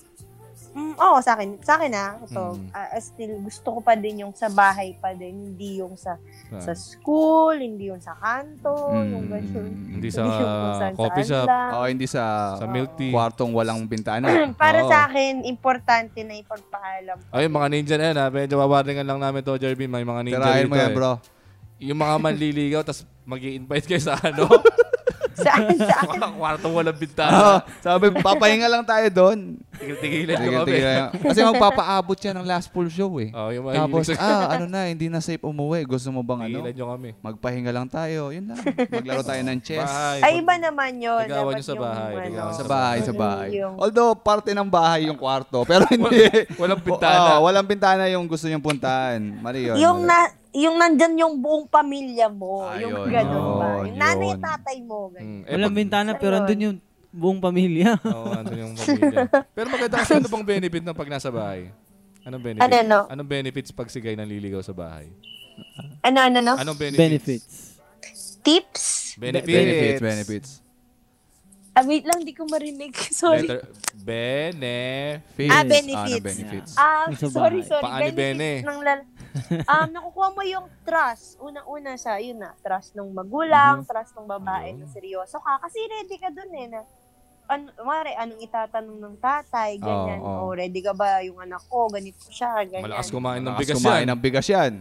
Speaker 5: Mm, oo, sa akin. Sa akin na. Ito,
Speaker 3: Mm.
Speaker 5: ah, still, gusto ko pa din yung sa bahay pa din. Hindi yung sa,
Speaker 3: Ah.
Speaker 5: sa school, hindi yung sa kanto, yung ganyan.
Speaker 3: Mm. Hindi sa
Speaker 5: Hindi yung [laughs] kung saan-saan
Speaker 3: coffee shop,
Speaker 5: lang.
Speaker 2: Oo, hindi sa,
Speaker 3: sa milk tea.
Speaker 2: kwartong walang bintana.
Speaker 5: [clears throat] Para
Speaker 3: Oo.
Speaker 5: sa akin, importante na ipagpaalam. [laughs]
Speaker 3: Ayun, mga ninja na yan ha. Medyo wawaringan lang namin to, Jerby. May mga ninja
Speaker 2: Tirahin mo
Speaker 3: dito
Speaker 2: yan,
Speaker 3: eh.
Speaker 2: bro.
Speaker 3: Yung mga manliligaw, tapos mag invite kayo sa
Speaker 2: [laughs]
Speaker 3: ano.
Speaker 5: Saan, saan?
Speaker 3: Mga Kwartong walang
Speaker 2: Oo, Ah,
Speaker 3: bintana.
Speaker 2: sabi, papahinga lang tayo
Speaker 3: [laughs]
Speaker 2: doon.
Speaker 3: Tigil-tigilan nyo kami.
Speaker 2: Tigil-tigilan. Kasi magpapaabot yan ng last full show eh.
Speaker 3: Oh, yung mga
Speaker 2: Tapos,
Speaker 3: hilig-
Speaker 2: ah, ano na, hindi na safe umuwi. Gusto mo bang ano?
Speaker 3: Tigilan nyo kami.
Speaker 2: Magpahinga lang tayo. Yun lang. Maglaro tayo ng chess.
Speaker 3: Bahay.
Speaker 5: Ay, iba naman yun.
Speaker 3: Ligawan
Speaker 5: Dapat
Speaker 3: nyo sa
Speaker 5: yung,
Speaker 3: bahay,
Speaker 5: ano,
Speaker 3: ligawan
Speaker 2: Sa bahay, sa bahay.
Speaker 5: Yung-
Speaker 2: Although, parte ng bahay yung kwarto. [laughs] Pero hindi.
Speaker 3: walang bintana.
Speaker 2: Oo, walang bintana yung gusto niyong puntahan. ano? Mali yun.
Speaker 5: Yung
Speaker 2: Mali.
Speaker 5: na yung nandyan yung buong pamilya mo,
Speaker 2: Ah,
Speaker 5: yung
Speaker 2: yun,
Speaker 5: ganun ba?
Speaker 2: yun,
Speaker 5: Yung nanay
Speaker 2: yun.
Speaker 5: tatay mo,
Speaker 3: Mm,
Speaker 5: ganun.
Speaker 3: eh,
Speaker 4: Walang
Speaker 3: pag- Oh,
Speaker 4: bintana pero
Speaker 5: Ayun.
Speaker 4: andun yung buong
Speaker 3: [laughs]
Speaker 4: pamilya. [laughs]
Speaker 3: Oo, andun yung pamilya. Pero maganda kasi ano bang benefit ng pag nasa bahay? Anong benefit?
Speaker 5: Ano, ano?
Speaker 3: Anong benefits pag si Guy nanliligaw sa bahay?
Speaker 5: Ano ano no?
Speaker 3: Anong benefits?
Speaker 4: Benefits.
Speaker 5: Tips?
Speaker 3: Benefits.
Speaker 2: Benefits, benefits.
Speaker 5: Ah, wait lang, di ko marinig. [laughs] Sorry.
Speaker 3: Letter- Bene.
Speaker 2: Fees.
Speaker 5: Ah,
Speaker 2: Ano,
Speaker 5: benefits.
Speaker 2: benefits.
Speaker 5: Ah,
Speaker 4: Sa
Speaker 5: sorry,
Speaker 4: bahay.
Speaker 5: sorry.
Speaker 3: Paano,
Speaker 5: Benefits
Speaker 3: Bene?
Speaker 5: ng lal- um, nakukuha mo yung trust. Unang-una sa, yun na, trust ng magulang, trust ng babae na seryoso ka. Kasi ready ka dun eh, na, ano, mare, anong itatanong ng tatay, ganyan.
Speaker 2: Oo, oo.
Speaker 5: O, ready ka ba yung anak ko, ganito siya, ganyan.
Speaker 3: Malakas kumain ng
Speaker 2: Malakas
Speaker 3: bigas
Speaker 2: kumain
Speaker 3: yan.
Speaker 2: ng bigas
Speaker 5: [laughs]
Speaker 2: yan.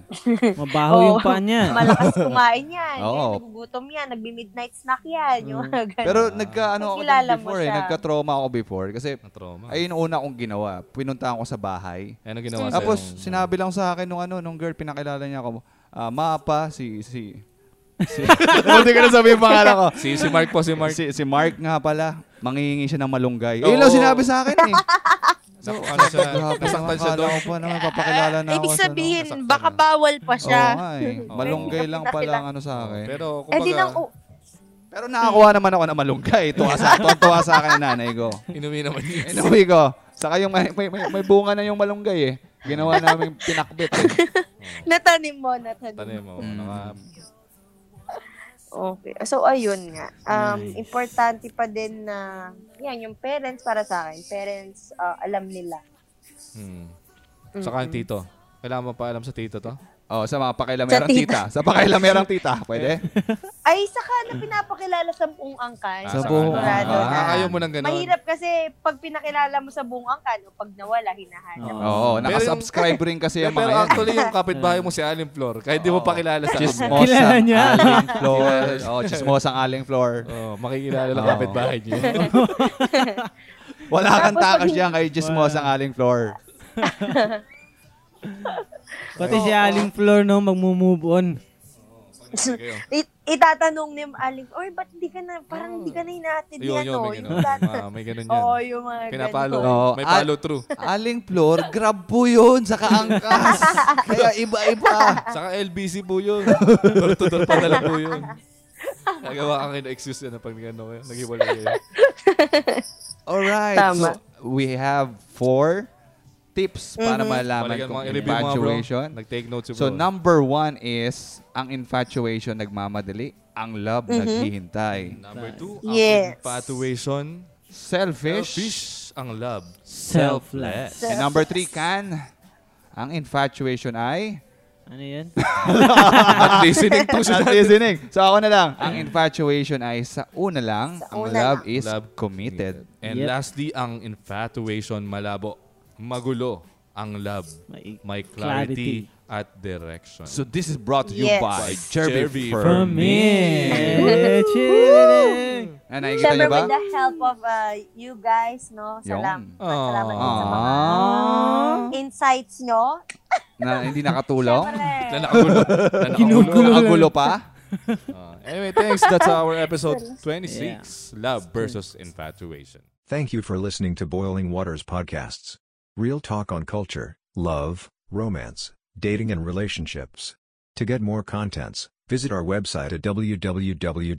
Speaker 4: Mabaho
Speaker 5: Oo. [laughs]
Speaker 4: yung paa niya.
Speaker 5: Malakas kumain yan.
Speaker 2: Oo.
Speaker 5: Yan, nagugutom yan. Nagbi-midnight snack yan. Yung mga ganun.
Speaker 2: Pero nagka ano ako dun
Speaker 5: Nakilala mo
Speaker 2: before eh.
Speaker 5: siya.
Speaker 2: Nagka-trauma ako before. Kasi
Speaker 3: Ang trauma. Ay,
Speaker 2: ayun yung una kong ginawa. Pinuntahan ko sa bahay.
Speaker 3: ano ginawa sa'yo?
Speaker 2: Tapos sinabi lang sa akin nung ano, nung girl pinakilala niya ako. Ah, mapa si si si [laughs] Hindi ko na sabihin yung pangalan ko.
Speaker 3: Si, si Mark po, si Mark.
Speaker 2: Si, si Mark nga pala, mangingi siya ng malunggay.
Speaker 3: Oo.
Speaker 2: Yun lang sinabi sa akin
Speaker 5: [laughs]
Speaker 2: eh.
Speaker 3: Naku,
Speaker 2: [laughs]
Speaker 3: ano siya?
Speaker 2: Grabe,
Speaker 3: Nasaktan siya
Speaker 2: akala
Speaker 3: doon.
Speaker 2: ko pa naman papakilala na ako
Speaker 6: Ibig
Speaker 2: sa-
Speaker 6: sabihin,
Speaker 3: Nasaktan
Speaker 6: baka
Speaker 3: na.
Speaker 6: bawal pa
Speaker 2: Oo
Speaker 6: siya.
Speaker 2: nga eh. Malunggay lang pala ang ano sa akin. Pero,
Speaker 3: Pero,
Speaker 5: eh di
Speaker 3: kumbaga,
Speaker 5: nang, u-
Speaker 2: nakakuha naman ako ng malunggay. [laughs] Tuwa sa, tuwa, tuwa sa akin ang nanay ko.
Speaker 3: inuwi naman yun.
Speaker 2: Inuwi ko. Saka yung may, may, may, may bunga na yung malunggay eh. Ginawa namin pinakbit eh.
Speaker 5: natanim mo, natanim.
Speaker 3: Tanim mo.
Speaker 2: Mm.
Speaker 3: Naka,
Speaker 5: Okay. So, ayun nga. Um, Importante pa din na, yan, yung parents para sa akin. Parents, uh, alam nila.
Speaker 3: hmm.
Speaker 5: Mm.
Speaker 3: Saka yung tito. Kailangan mo pa alam sa tito to?
Speaker 2: Oh, sa mga pakailamerang
Speaker 5: Sa tita.
Speaker 2: tita. Sa pakailamerang tita. Pwede?
Speaker 5: Ay, saka
Speaker 2: Hmm.
Speaker 5: na pinapakilala sa buong angkan.
Speaker 2: Sa
Speaker 3: saka
Speaker 2: buong
Speaker 3: na.
Speaker 5: Sigurado
Speaker 2: angkan.
Speaker 5: na.
Speaker 3: Ah, ayaw mo nang ganun.
Speaker 5: Mahirap kasi pag pinakilala mo sa buong angkan, o pag nawala, hinahanap.
Speaker 2: Oo,
Speaker 3: Pero yung-
Speaker 2: nakasubscribe rin kasi
Speaker 3: Pero,
Speaker 2: yung mga yan. eh.
Speaker 3: actually,
Speaker 5: [laughs]
Speaker 3: yung kapitbahay mo si Alim Flor, kahit di mo pakilala sa kanya.
Speaker 4: Kilala
Speaker 2: Chismosang
Speaker 4: niya.
Speaker 2: aling
Speaker 3: [laughs]
Speaker 2: floor. Oh, chismosang aling floor.
Speaker 3: Oh, makikilala lang
Speaker 2: Oo.
Speaker 3: kapitbahay
Speaker 5: [laughs]
Speaker 3: niyo. [laughs]
Speaker 2: Wala kang
Speaker 5: Tapos pag
Speaker 2: takas
Speaker 5: hin-
Speaker 2: dyan kay chismosang aling floor.
Speaker 4: Pati si Aling Floor no, magmo-move on.
Speaker 5: It, itatanong ni Aling, oy, ba't hindi ka na, parang hindi ka
Speaker 2: Hmm.
Speaker 5: na
Speaker 3: Yun,
Speaker 5: inatindihan,
Speaker 3: yun,
Speaker 5: no?
Speaker 3: may
Speaker 5: Yung
Speaker 3: ganun.
Speaker 5: dati.
Speaker 3: Ah, may ganun yan.
Speaker 5: Oo, yung mga
Speaker 3: Pinapalo.
Speaker 5: ganun.
Speaker 2: Oo.
Speaker 3: May
Speaker 2: Ah-
Speaker 3: follow
Speaker 2: [laughs]
Speaker 3: through.
Speaker 2: Aling floor, grab po yun sa
Speaker 5: [laughs]
Speaker 2: kaangkas. Kaya iba-iba.
Speaker 3: Saka LBC po yun. Door-to-door padala po
Speaker 5: [laughs]
Speaker 3: yun. Nagawa ka kayo na excuse na pag ano kayo. Naghiwalay kayo.
Speaker 2: Alright.
Speaker 5: Tama.
Speaker 2: So, we have four tips para malaman
Speaker 3: Balikan
Speaker 2: kung
Speaker 3: mga i-review mga bro.
Speaker 2: infatuation.
Speaker 3: Nag-take notes yung
Speaker 2: So,
Speaker 3: bro.
Speaker 2: number one is, ang infatuation nagmamadali, ang love
Speaker 5: Mm-hmm.
Speaker 2: naghihintay.
Speaker 3: Number two, ang
Speaker 5: Yes.
Speaker 3: infatuation. Uh,
Speaker 2: Selfish.
Speaker 3: Fish ang love.
Speaker 4: Selfless.
Speaker 2: And number three, can. Ang infatuation ay...
Speaker 4: Ano
Speaker 3: [laughs]
Speaker 4: yan?
Speaker 3: At listening [laughs] to siya.
Speaker 2: Not listening. So ako na lang. Ang infatuation ay sa una lang.
Speaker 5: Sa
Speaker 2: ang
Speaker 5: una
Speaker 2: love
Speaker 5: lang.
Speaker 2: is committed.
Speaker 3: And
Speaker 4: Yep.
Speaker 3: lastly, ang infatuation malabo. Magulo ang love.
Speaker 4: May-
Speaker 3: May clarity, at direction.
Speaker 2: So this is brought to you
Speaker 5: Yes.
Speaker 2: by
Speaker 3: By Jerby
Speaker 2: Jerby
Speaker 3: Firm.
Speaker 2: Firm.
Speaker 4: Kami.
Speaker 2: Ah, nakikita
Speaker 5: Siyempre,
Speaker 2: niyo ba?
Speaker 5: with the help of uh, you guys, no?
Speaker 2: Yun.
Speaker 5: Salamat.
Speaker 3: Aww.
Speaker 5: Salamat din sa mga
Speaker 2: Ah,
Speaker 5: insights nyo.
Speaker 2: na hindi nakatulong.
Speaker 3: Na
Speaker 5: Siyempre.
Speaker 3: [laughs] nakagulo. Na nakagulo.
Speaker 2: Nakagulo pa.
Speaker 3: Ah, anyway, thanks. That's our episode 26, Love versus Infatuation.
Speaker 7: Thank you for listening to Boiling Waters Podcasts. Real talk on culture, love, romance, dating, and relationships. To get more contents, visit our website at www.boilingwaters.ph.